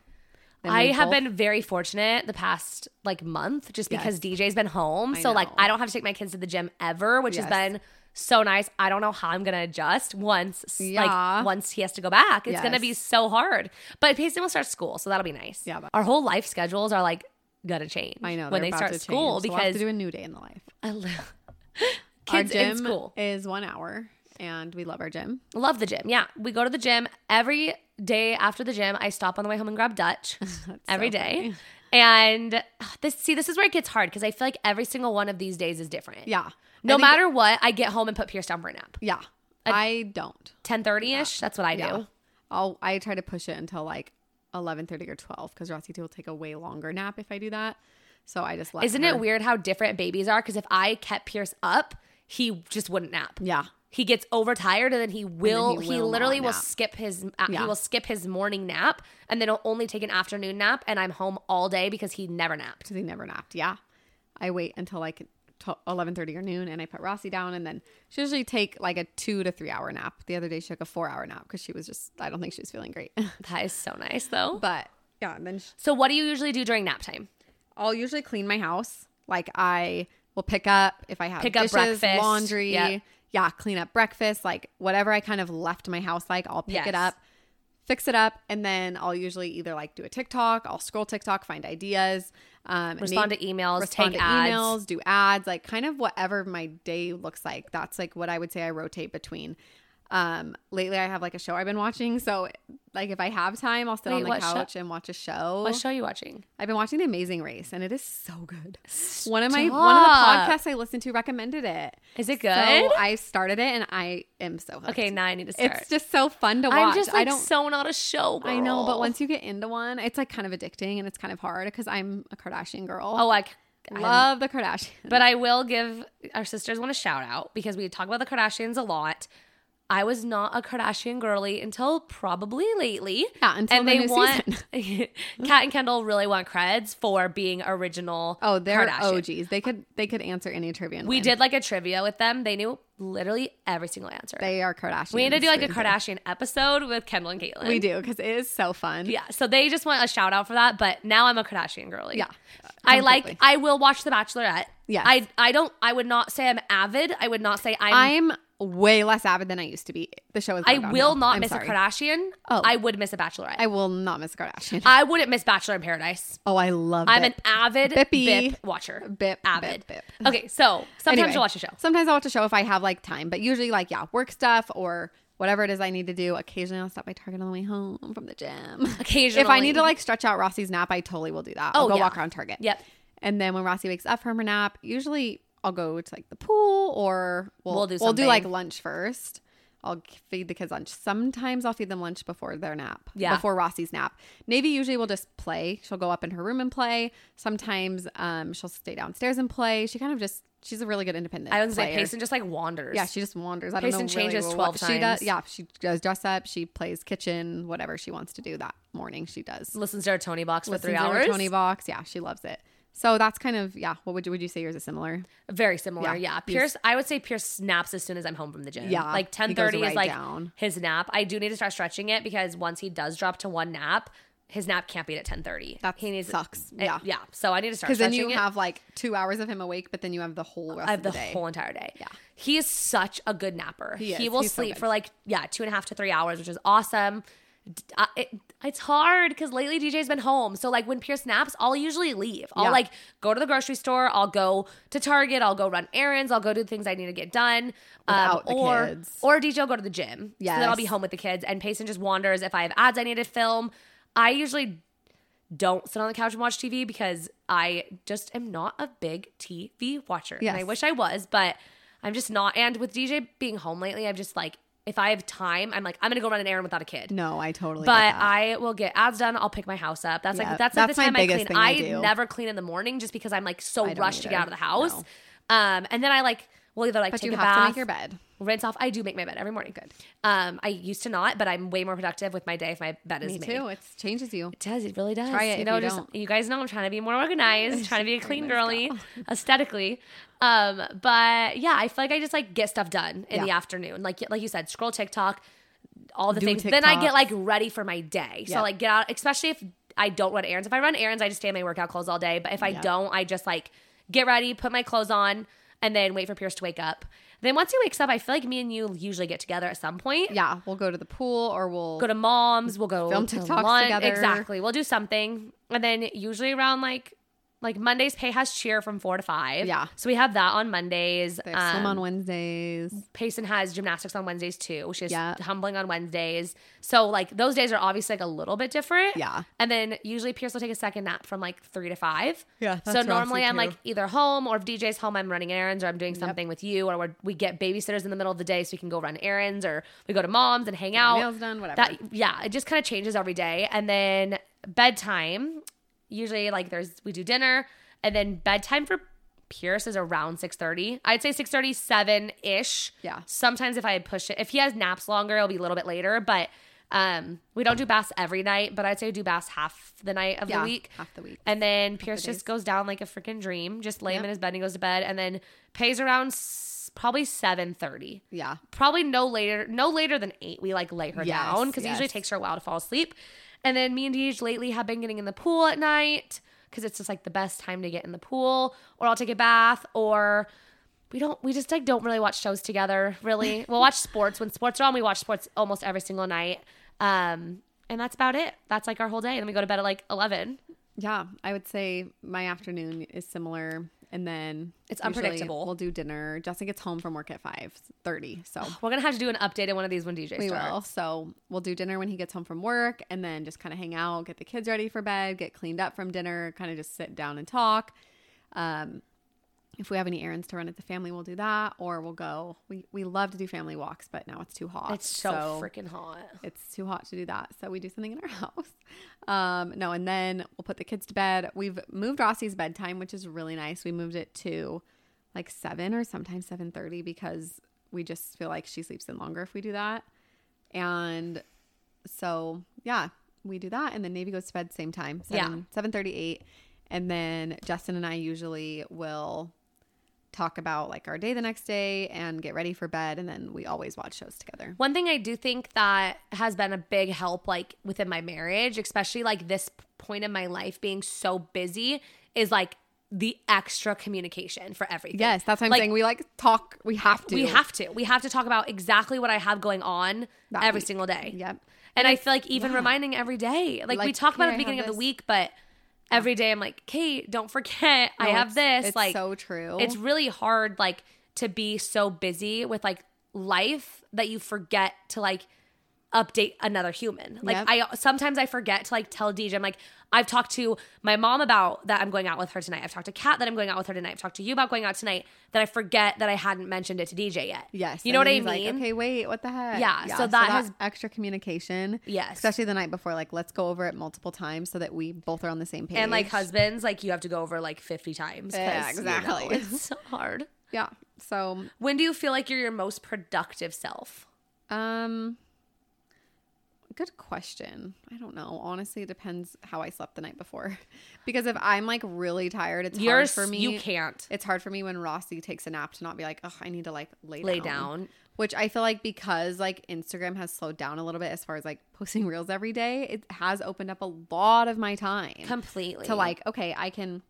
Then
I
we
have
both-
been very fortunate the past like month just because DJ's been home.
I
so like
know.
I don't have to take my kids to the gym ever, which has
Yes.
been so nice. I don't know how I'm gonna adjust once
Yeah.
like once he has to go back. It's gonna be
Yes.
so hard. But Payson will E start school, so that'll be nice.
Yeah, but-
Our whole life schedules are like gonna change.
I know
when
they're
they
about
start
to
school
change, so we'll have
because
to do a new day in the life.
I [laughs] love
Our
kids in school.
is one hour and we love our gym
Love the gym. Yeah. We go to the gym every day after the gym. I stop on the way home and grab
[laughs]
Dutch every
so
day.
funny.
And ugh, this see, this is where it gets hard because I feel like every single one of these days is different.
yeah
No
I think-
matter what, I get home and put Pierce down for a nap.
yeah i don't
10:30 ish. That's what I do.
yeah i'll i try to push it until like eleven thirty or 12 because rossi will take a way longer nap if i do that so i just let
Isn't
her-
it weird how different babies are? Because if I kept Pierce up, he just wouldn't nap.
yeah
He gets overtired and then he will. he,
will
literally
not
will
nap.
skip his. uh,
Yeah.
He will skip his morning nap and then he'll only take an afternoon nap. And I'm home all day because he never napped.
because he never napped yeah i wait until like eleven thirty or noon and i put rossi down and then she usually take like a two to three hour nap the other day she took a four hour nap because she was just i don't think she was feeling great [laughs]
That is so nice, though.
but yeah and then she,
so, what do you usually do during nap time?
I'll usually clean my house. Like I will pick up if I have
Pick up
dishes,
breakfast.
laundry.
Yep.
Yeah, clean up breakfast, like whatever I kind of left my house like, I'll pick
Yes.
it up, fix it up, and then I'll usually either like do a TikTok, I'll scroll TikTok, find ideas, um,
Respond to emails,
respond
take
to
ads.
emails, do ads, like kind of whatever my day looks like. That's like what I would say I rotate between. Um, lately I have like a show I've been watching, so like if I have time, I'll sit
Wait,
on the
what show-
couch and watch a show.
What show are you watching?
I've been watching The Amazing Race, and it is so good. One of my one of the podcasts I listened to recommended it.
Is it good?
So I started it, and I am so hooked.
okay, now I need to start.
it's just so fun to watch.
I'm just like
I don't.
so not a show. Girl.
I know, but once you get into one, it's like kind of addicting, and it's kind of hard because I'm a Kardashian girl.
oh, I c- I
love the Kardashians.
But I will give our sisters one a shout out because we talk about the Kardashians a lot. I was not a Kardashian girly until probably lately.
Yeah, until the new
want [laughs] Kat and Kendall really want creds for being original.
oh, they're
Kardashian.
OGs. They could they could answer any trivia. and
We
win.
did like a trivia with them. They knew literally every single answer.
They are Kardashians.
we need to do like a
through and
Kardashian episode with Kendall and Caitlyn.
through. We do because it is so fun.
Yeah, so they just want a shout out for that. But now I'm a Kardashian girly.
Yeah,
I like.
completely.
I will watch The Bachelorette.
Yes.
I I don't. I would not say I'm avid. I would not say I'm.
I'm way less avid than I used to be. The show is.
I
going on
will
now.
not
I'm
miss
sorry.
a Kardashian.
Oh.
I would miss a Bachelorette.
I
I,
will not miss a Kardashian.
wouldn't miss Bachelor in Paradise.
oh, I love.
I'm
Bip.
an avid
Bippy.
Bip watcher.
Bip,
avid.
bip, bip.
Okay, so sometimes
Anyway,
I watch a show.
Sometimes I watch a show if I have like time, but usually like yeah, work stuff or whatever it is I need to do. Occasionally, I'll stop by Target on the way home from the gym.
Occasionally.
if I need to like stretch out Rossi's nap, I totally will do that. I'll
Oh,
go
yeah.
walk around Target.
Yep.
And then when Rossi wakes up from her nap, usually I'll go to like the pool or we'll,
We'll do
we'll do like
something.
lunch first. I'll feed the kids lunch. Sometimes I'll feed them lunch before their nap.
Yeah.
Before Rossi's nap. Navy usually will just play. She'll go up in her room and play. Sometimes um, she'll stay downstairs and play. She kind of just she's a really good independent.
I would say
player.
Payson just like wanders.
Yeah, she just wanders. I
Payson
don't know. really
changes
what
12
She
times.
does. Yeah, she does dress up. She plays kitchen, whatever she wants to do that morning. She does.
listens to our Tony box for
Listens
three
in her
hours.
Tony box. Yeah, she loves it. So that's kind of yeah. What would you would you say yours is similar?
Very similar. Yeah.
Yeah.
Pierce, I would say Pierce snaps as soon as I'm home from the gym.
Yeah,
Like
he goes
1030 is
right
like
down.
his nap. I do need to start stretching it because once he does drop to one nap, his nap can't be at 1030.
That
he needs
sucks.
it-
Yeah.
Yeah. So I need to start
Because then
stretching
you
it.
have like two hours of him awake, but then you have the whole rest
I have
of
the
the, day.
whole entire day. Yeah. He is such a good napper. He,
He is.
will
He's so
sleep
good.
for like, yeah, two and a half to three hours, which is awesome. D- I, it, it's hard because lately DJ's been home. So, like, when Pierce naps, I'll usually leave. I'll
Yeah.
like go to the grocery store, I'll go to Target, I'll go run errands, I'll go do things I need to get done. Um,
Without the
or,
kids.
Or DJ will go to the gym. Yeah. So then I'll be
Yes.
home with the kids. And Payson just wanders. If I have ads I need to film, I usually don't sit on the couch and watch TV because I just am not a big TV watcher. And I
Yes.
wish I was, but I'm just not. And with DJ being home lately, I'm just like, if I have time, I'm like, I'm gonna go run an errand without a kid.
No, I totally. get
But
that.
I will get ads done. I'll pick my house up. That's
Yeah,
like that's, like
that's
the
my
time I
biggest
clean.
thing
I,
I do.
never clean in the morning just because I'm like so
don't
rushed to get
either.
out of the house.
No.
Um, and then I like will either like
but
take a
you have
bath,
to make your bed.
rinse off. I do make my bed every morning. Good. Um, I used to not, but I'm way more productive with my day if my bed is
Me
made.
too. It changes you.
It does. It really does.
Try it
You
if
know,
you
just
don't.
you guys know I'm trying to be more organized, trying to be a clean girly aesthetically. Um, but yeah, I feel like I just like get stuff done in
Yeah.
the afternoon. Like like you said, scroll TikTok, all the
Do
things. Then I get
TikToks.
like ready for my day. So
Yep.
like get out, especially if I don't run errands. If I run errands, I just stay in my workout clothes all day. But if I don't, I just like get ready, put my clothes on, and then wait for Pierce to wake up. Then once he wakes up, I feel like me and you usually get together at some point
Yeah, we'll go to the pool or we'll
go to mom's. We'll go
Film
to
TikToks
lunch.
together.
Exactly. We'll do something, and then usually around like like Mondays, Pay has cheer from four to five.
Yeah.
So we have that on Mondays.
they have swim
Um,
on Wednesdays.
Payson has gymnastics on Wednesdays too. She has
Yeah.
humbling on Wednesdays. So like those days are obviously like a little bit different.
Yeah.
And then usually Pierce will take a second nap from like three to five.
Yeah, that's
So
Roxy,
normally I'm
too.
like either home or if DJ's home, I'm running errands or I'm doing something with you or we're, we get babysitters in the middle of the day so we can go run errands or we go to mom's and hang out.
nails done, whatever.
That, yeah. It just kind of changes every day. And then bedtime, usually like there's, we do dinner and then bedtime for Pierce is around 6:30. I'd say 6:37 ish.
Yeah.
Sometimes if I push it, if he has naps longer, it'll be a little bit later. But um, we don't do baths every night, but I'd say we do baths half the night of
Yeah,
the week.
half the week.
And then Pierce just goes down like a freaking dream. Just lay him in his bed and he goes to bed, and then pays around s- probably 7:30.
Yeah.
Probably no later, no later than eight. We like lay her
Yes,
down because it usually
yes.
takes her a while to fall asleep. And then me and Deej lately have been getting in the pool at night because it's just like the best time to get in the pool. Or I'll take a bath. Or we don't. We just like don't really watch shows together.
[laughs]
Really, we'll watch sports when sports are on. We watch sports almost every single night. Um, and that's about it. That's like our whole day. And then we go to bed at like eleven.
Yeah, I would say my afternoon is similar, and then
It's
usually
unpredictable.
We'll do dinner. Justin gets home from work at five thirty, so
We're gonna have to do an update in one of these when DJ
we
starts.
will. So we'll do dinner when he gets home from work, and then just kind of hang out, get the kids ready for bed, get cleaned up from dinner, kind of just sit down and talk. Um, if we have any errands to run at the family, we'll do that, or we'll go. We we love to do family walks, but now it's too hot.
It's so, freaking hot.
it's too hot to do that. So we do something in our [laughs] house. Um, no, and then we'll put the kids to bed. We've moved Rossi's bedtime, which is really nice. We moved it to like seven or sometimes seven thirty because we just feel like she sleeps in longer if we do that. And so yeah, we do that, and then Navy goes to bed same time, 7,
Yeah.
seven thirty eight, and then Justin and I usually will talk about like our day the next day and get ready for bed, and then we always watch shows together.
One thing I do think that has been a big help, like within my marriage, especially like this point in my life being so busy, is like the extra communication for everything.
Yes, that's what I'm
Like,
saying. We like talk. We have to.
We have to. We have to talk about exactly what I have going on
That
every
week.
single day.
Yep.
And, I feel like even reminding every day, like, we
Like,
talk about it at the
"Hey, I have
beginning of the
this."
week, but every day I'm like, Kate, don't forget I
No,
have
it's-
this.
it's
like
so true.
It's really hard, like to be so busy with like life that you forget to like update another human. Like
Yep.
I sometimes I forget to like tell DJ I'm like I've talked to my mom about that I'm going out with her tonight. I've talked to Kat that I'm going out with her tonight. I've talked to you about going out tonight that I forget that I hadn't mentioned it to DJ yet.
Yes.
You know
and
what I
then
mean?
he's like, okay, wait, what the heck?
Yeah, so that has-
extra communication.
Yes.
Especially the night before, like let's go over it multiple times so that we both are on the same page.
And like husbands, like you have to go over like 50 times. 'cause,
Yeah,
you know, [laughs]
exactly. [laughs]
it's so hard.
Yeah. So
When do you feel like you're your most productive self?
um good question. I don't know. Honestly, it depends how I slept the night before. [laughs] because if I'm like really tired, it's
You're
hard
s-
for me.
You can't
It's hard for me when Rossi takes a nap to not be like, oh, I need to like lay
lay down.
which I feel like because like Instagram has slowed down a little bit as far as like [laughs] posting reels every day, it has opened up a lot of my time
completely.
to like, okay, I can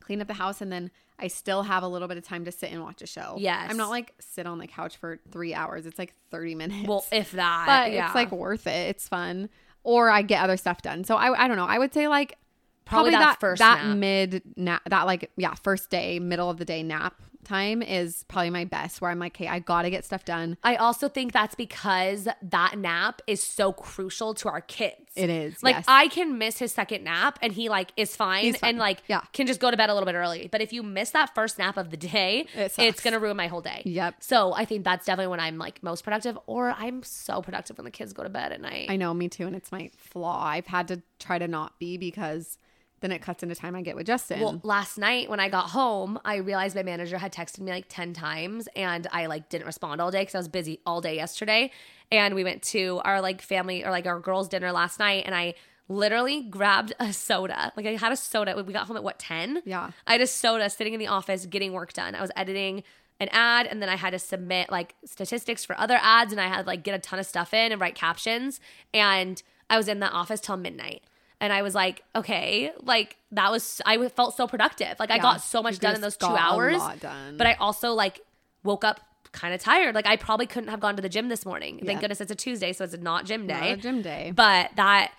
clean up the house and then I still have a little bit of time to sit and watch a show.
Yes.
I'm not like sit on the couch for three hours. It's like 30 minutes.
well, if that,
[laughs] but
yeah.
it's like worth it. It's fun. Or I get other stuff done. So I, I don't know. I would say like
Probably
probably,
that
that,
first
that
nap.
mid nap that like yeah first day middle of the day nap time is probably my best where I'm like, hey, I gotta get stuff done.
I also think that's because that nap is so crucial to our kids.
It is,
Like
yes.
I can miss his second nap and he like is fine,
He's fine,
and like
yeah.
can just go to bed a little bit early. But if you miss that first nap of the day,
It sucks.
it's gonna ruin my whole day.
Yep.
So I think that's definitely when I'm like most productive or I'm so productive when the kids go to bed at night.
I know, me too, and it's my flaw. I've had to try to not be because then it cuts into time I get with Justin.
Well, last night when I got home, I realized my manager had texted me like 10 times and I like didn't respond all day cuz I was busy all day yesterday. And we went to our like family or like our girls dinner last night and I literally grabbed a soda. Like I had a soda. We got home at what 10?
Yeah.
I had a soda sitting in the office getting work done. I was editing an ad and then I had to submit like statistics for other ads and I had to, like get a ton of stuff in and write captions and I was in the office till midnight. And I was like, okay, like that was I felt so productive. Like I
Yeah.
got so much
You
done in those
just
two
got a
hours.
lot done.
But I also like woke up kind of tired. Like I probably couldn't have gone to the gym this morning. Thank
Yeah.
goodness it's a Tuesday, so it's not gym day.
Not a gym day.
But that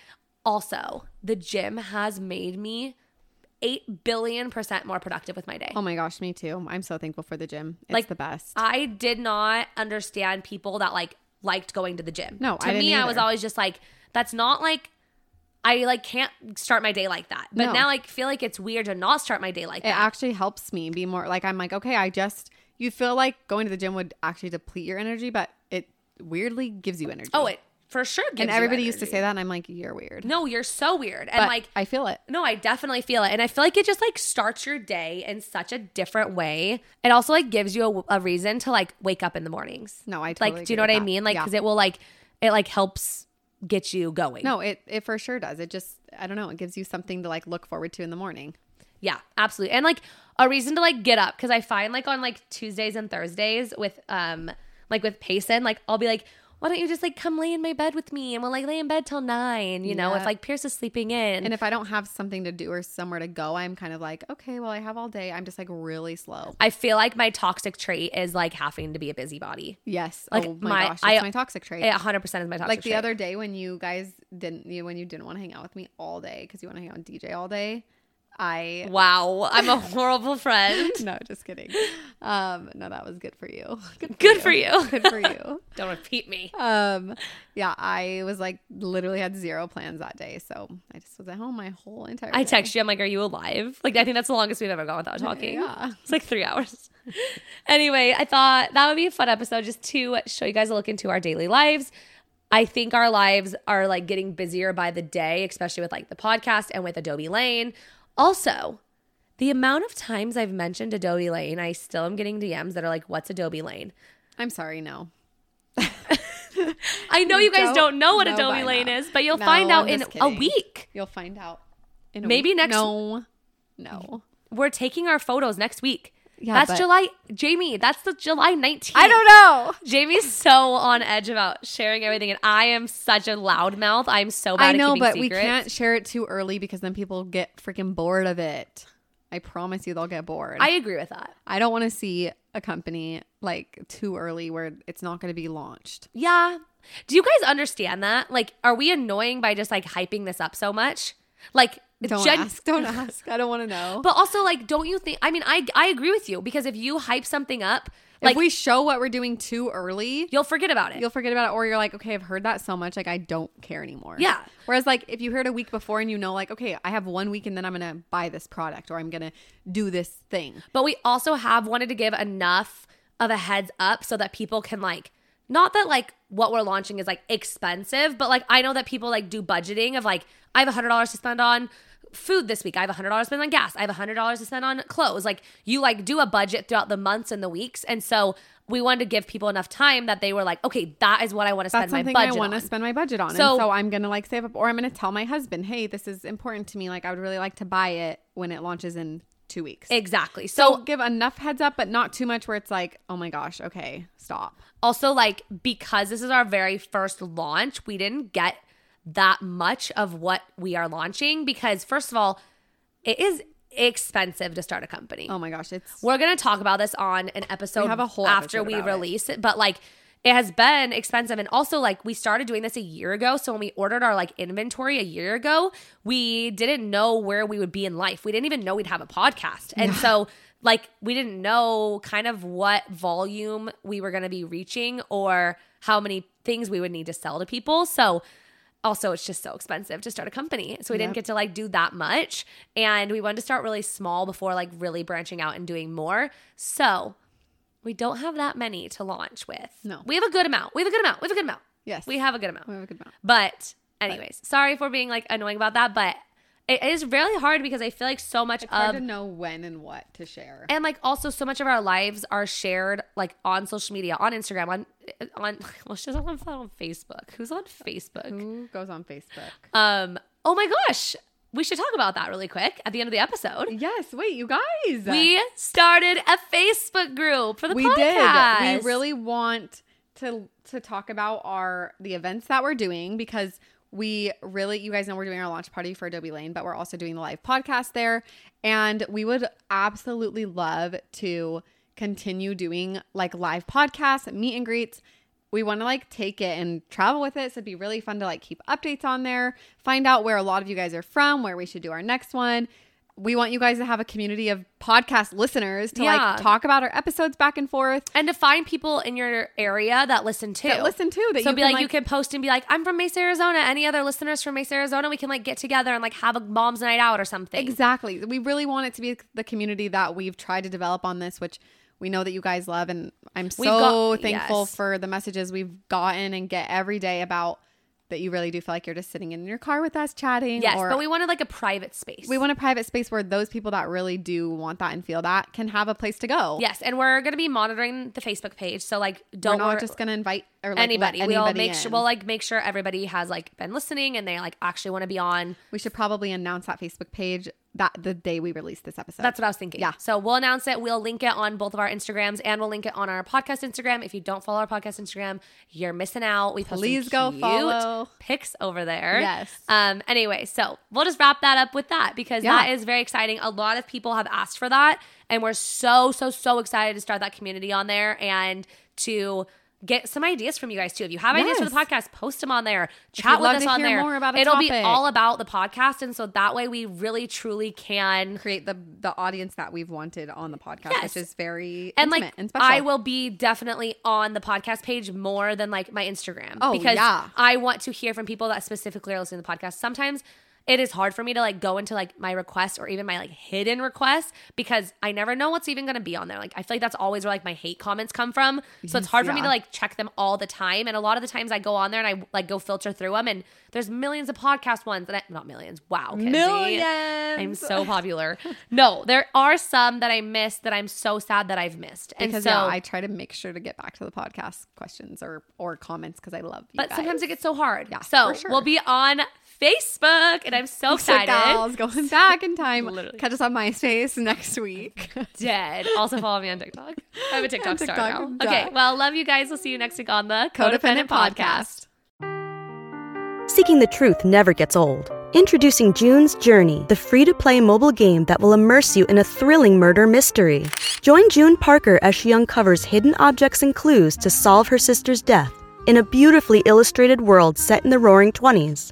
also the gym has made me eight billion percent more productive with my day.
oh my gosh, me too. I'm so thankful for the gym. It's
Like,
the best.
I did not understand people that like liked going to the gym.
No,
to
I didn't
me, I was
either.
always just like, that's not like. I like can't start my day like that. But
No.
now I feel like it's weird to not start my day like
it
that.
actually helps me be more like I'm like, okay, I just you feel like going to the gym would actually deplete your energy, but it weirdly gives you energy.
Oh, it for sure. Gives
and
you
everybody used to
energy.
say that, and I'm like, you're weird.
No, you're so weird. And
but
like,
I feel it.
no, I definitely feel it. And I feel like it just like starts your day in such a different way. It also like gives you a, a reason to like wake up in the mornings.
No, I
like,
totally
do you
agree
know what
with
I
that.
mean? Like,
Yeah.
because it will like, it like helps get you going.
No, it it for sure does. It just I don't know. It gives you something to like look forward to in the morning.
Yeah, absolutely. And like a reason to like get up because I find like on like Tuesdays and Thursdays with um like with Payson, like I'll be like, why don't you just like come lay in my bed with me and we'll like lay in bed till nine, you know, if
Yep.
like Pierce is sleeping in.
And if I don't have something to do or somewhere to go, I'm kind of like, okay, well, I have all day. I'm just like really slow.
I feel like my toxic trait is like having to be a busybody.
Yes.
Like,
oh my,
my-
gosh,
I-
that's my toxic trait.
It 100% is my toxic
like the
trait.
other day when you guys didn't, you, when you didn't want to hang out with me all day because you want to hang out with DJ all day. I
Wow, I'm a horrible [laughs] friend.
[laughs] no, just kidding. Um, no, that was good for you. [laughs] Good
Good for you.
[laughs] Good for
[laughs]
you.
Don't repeat me.
Um, yeah, I was like literally had zero plans that day, so I just was at home my whole entire.
I
day.
text you. I'm like, "Are you alive?" Like, I think that's the longest we've ever gone without talking.
Yeah.
it's like three hours. [laughs] anyway, I thought that would be a fun episode just to show you guys a look into our daily lives. I think our lives are like getting busier by the day, especially with like the podcast and with Adobe Lane. Also, the amount of times I've mentioned Adobe Lane, I still am getting DMs that are like, "What's Adobe Lane?"
I'm sorry, no.
I know you guys
don't
don't know what
know
Adobe
by
Lane
now.
is, but you'll
No,
find out
I'm
in
just
a
kidding.
week.
You'll find out. In a
Maybe
week.
next-
No,
[laughs]
no.
We're taking our photos next week.
Yeah,
that's
but-
July, Jamie. That's the July 19th.
know.
[laughs] Jamie's so on edge about sharing everything, and I am such a loudmouth. I'm so bad.
I know,
at keeping
but we
secrets.
can't share it too early because then people get freaking bored of it. I promise you, they'll get bored.
I agree with that.
I don't want to see a company like too early where it's not going to be launched.
Yeah. Do you guys understand that? Like, are we annoying by just like hyping this up so much? Like,
Don't
gen-
ask. [laughs] Don't ask. I don't want to know.
But also, like, don't you think? I mean, I I agree with you because if you hype something up, like
if we show what we're doing too early,
you'll forget about it.
you'll forget about it or you're like okay i've heard that so much like i don't care anymore
Yeah.
whereas like if you heard a week before and you know like okay i have one week and then i'm gonna buy this product or i'm gonna do this thing
but we also have wanted to give enough of a heads up so that people can like not that like what we're launching is like expensive but like i know that people like do budgeting of like i have a $100 to spend on food this week i have a $100 to spend on gas i have a $100 to spend on clothes like you like do a budget throughout the months and the weeks and so we wanted to give people enough time that they were like okay that is what i want to spend
that's
my
something
budget
i want to
on.
spend my budget on
So-
and so i'm gonna like save up or i'm gonna tell my husband hey this is important to me like i would really like to buy it when it launches in two weeks
exactly
so
so
give enough heads up but not too much where it's like oh my gosh okay stop
also like because this is our very first launch we didn't get that much of what we are launching because first of all it is expensive to start a company
oh my gosh it's
we're gonna talk about this on an episode
have a whole
after
episode
we
about it.
release it. but like it has been expensive and also like we started doing this a year ago so when we ordered our like inventory a year ago we didn't know where we would be in life we didn't even know we'd have a podcast and so like we didn't know kind of what volume we were going to be reaching or how many things we would need to sell to people so also it's just so expensive to start a company so we didn't get to like do that much and we wanted to start really small before like really branching out and doing more so we don't have that many to launch with
No.
we have a good amount we have a good amount we have a good amount
yes
we have a good amount
Oh, we have a good amount
but anyways sorry for being like annoying about that but it is really hard because i feel like so much
it's hard
of
to know when and what to share
and like also so much of our lives are shared like on social media on instagram on uh, on [laughs] well she's on, on facebook who's on facebook
who goes on facebook
um, oh my gosh, we should talk about that really quick at the end of the episode.
Yes, wait, you guys.
We started a Facebook group for the
we
podcast.
did. We really want to to talk about our the events that we're doing because we really you guys know we're doing our launch party for Adobe Lane, but we're also doing the live podcast there and we would absolutely love to continue doing like live podcasts, meet and greets. We want to like take it and travel with it. So it'd be really fun to like keep updates on there, find out where a lot of you guys are from, where we should do our next one. We want you guys to have a community of podcast listeners to
Yeah.
like talk talk about our episodes back and forth.
and to find people in your area that listen too.
That listen too. That
so
you
be
can,
like, you can post and be like, I'm from Mesa, Arizona. Any other listeners from Mesa, Arizona? We can like get together and like have a mom's night out or something.
exactly. We really want it to be the community that we've tried to develop on this, which we know that you guys love, and I'm so
We've got-
thankful
yes.
for the messages we've gotten and get every day about that. You really do feel like you're just sitting in your car with us chatting.
Yes,
or
but we wanted like a private space.
we want a private space where those people that really do want that and feel that can have a place to go.
Yes, and we're gonna be monitoring the Facebook page. So like,
We're
don't
not
wor-
just gonna invite or like, let
anybody. We'll
anybody
make sure
in.
we'll like make sure everybody has like been listening and they like actually want to be on.
we should probably announce that Facebook page that the day we release this episode.
That's what I was thinking.
Yeah.
So we'll announce it. We'll link it on both of our Instagrams and we'll link it on our podcast Instagram. If you don't follow our podcast Instagram, you're missing out. We post some
Please go
cute
follow.
pics over there.
Yes.
Um. Anyway, so we'll just wrap that up with that because
Yeah.
that is very exciting. A lot of people have asked for that, and we're so so so excited to start that community on there and to. Get some ideas from you guys too. If you have ideas for the
Yes.
podcast, post them on there. Chat with
love
us
to
on
hear
there.
more about a
It'll be
topic.
all about the podcast, and so that way we really truly can
create the the audience that we've wanted on the podcast,
Yes.
which is very
and
intimate
like
and special.
I will be definitely on the podcast page more than like my Instagram.
Oh,
because
yeah.
I want to hear from people that specifically are listening to the podcast. Sometimes it is hard for me to like go into like my requests or even my like hidden requests because I never know what's even gonna be on there. Like I feel like that's always where like my hate comments come from. So it's hard for me
yeah.
to like check them all the time. And a lot of the times I go on there and I like go filter through them and there's millions of podcast ones and I, not millions. Wow, Kenzie. I'm
Millions.
so popular. no, there are some that I missed that I'm so sad that I've missed. And
because
so
yeah, I try to make sure to get back to the podcast questions or or comments because I love you
but
guys.
sometimes it gets so hard.
Yeah,
So
for sure.
we'll be on Facebook and I'm
[laughs]
so
So
excited. [laughs]
gals going back in time.
Literally.
Catch us on MySpace
[laughs]
next week.
Dead. Also follow me on TikTok.
[laughs]
I have a TikTok, star
TikTok,
now.
duh.
Okay. Well, love you guys. We'll see you next week on the
Codependent
Podcast.
Podcast.
Seeking the truth never gets old. Introducing June's Journey, the free to play mobile game that will immerse you in a thrilling murder mystery. Join June Parker as she uncovers hidden objects and clues to solve her sister's death in a beautifully illustrated world set in the roaring 20s.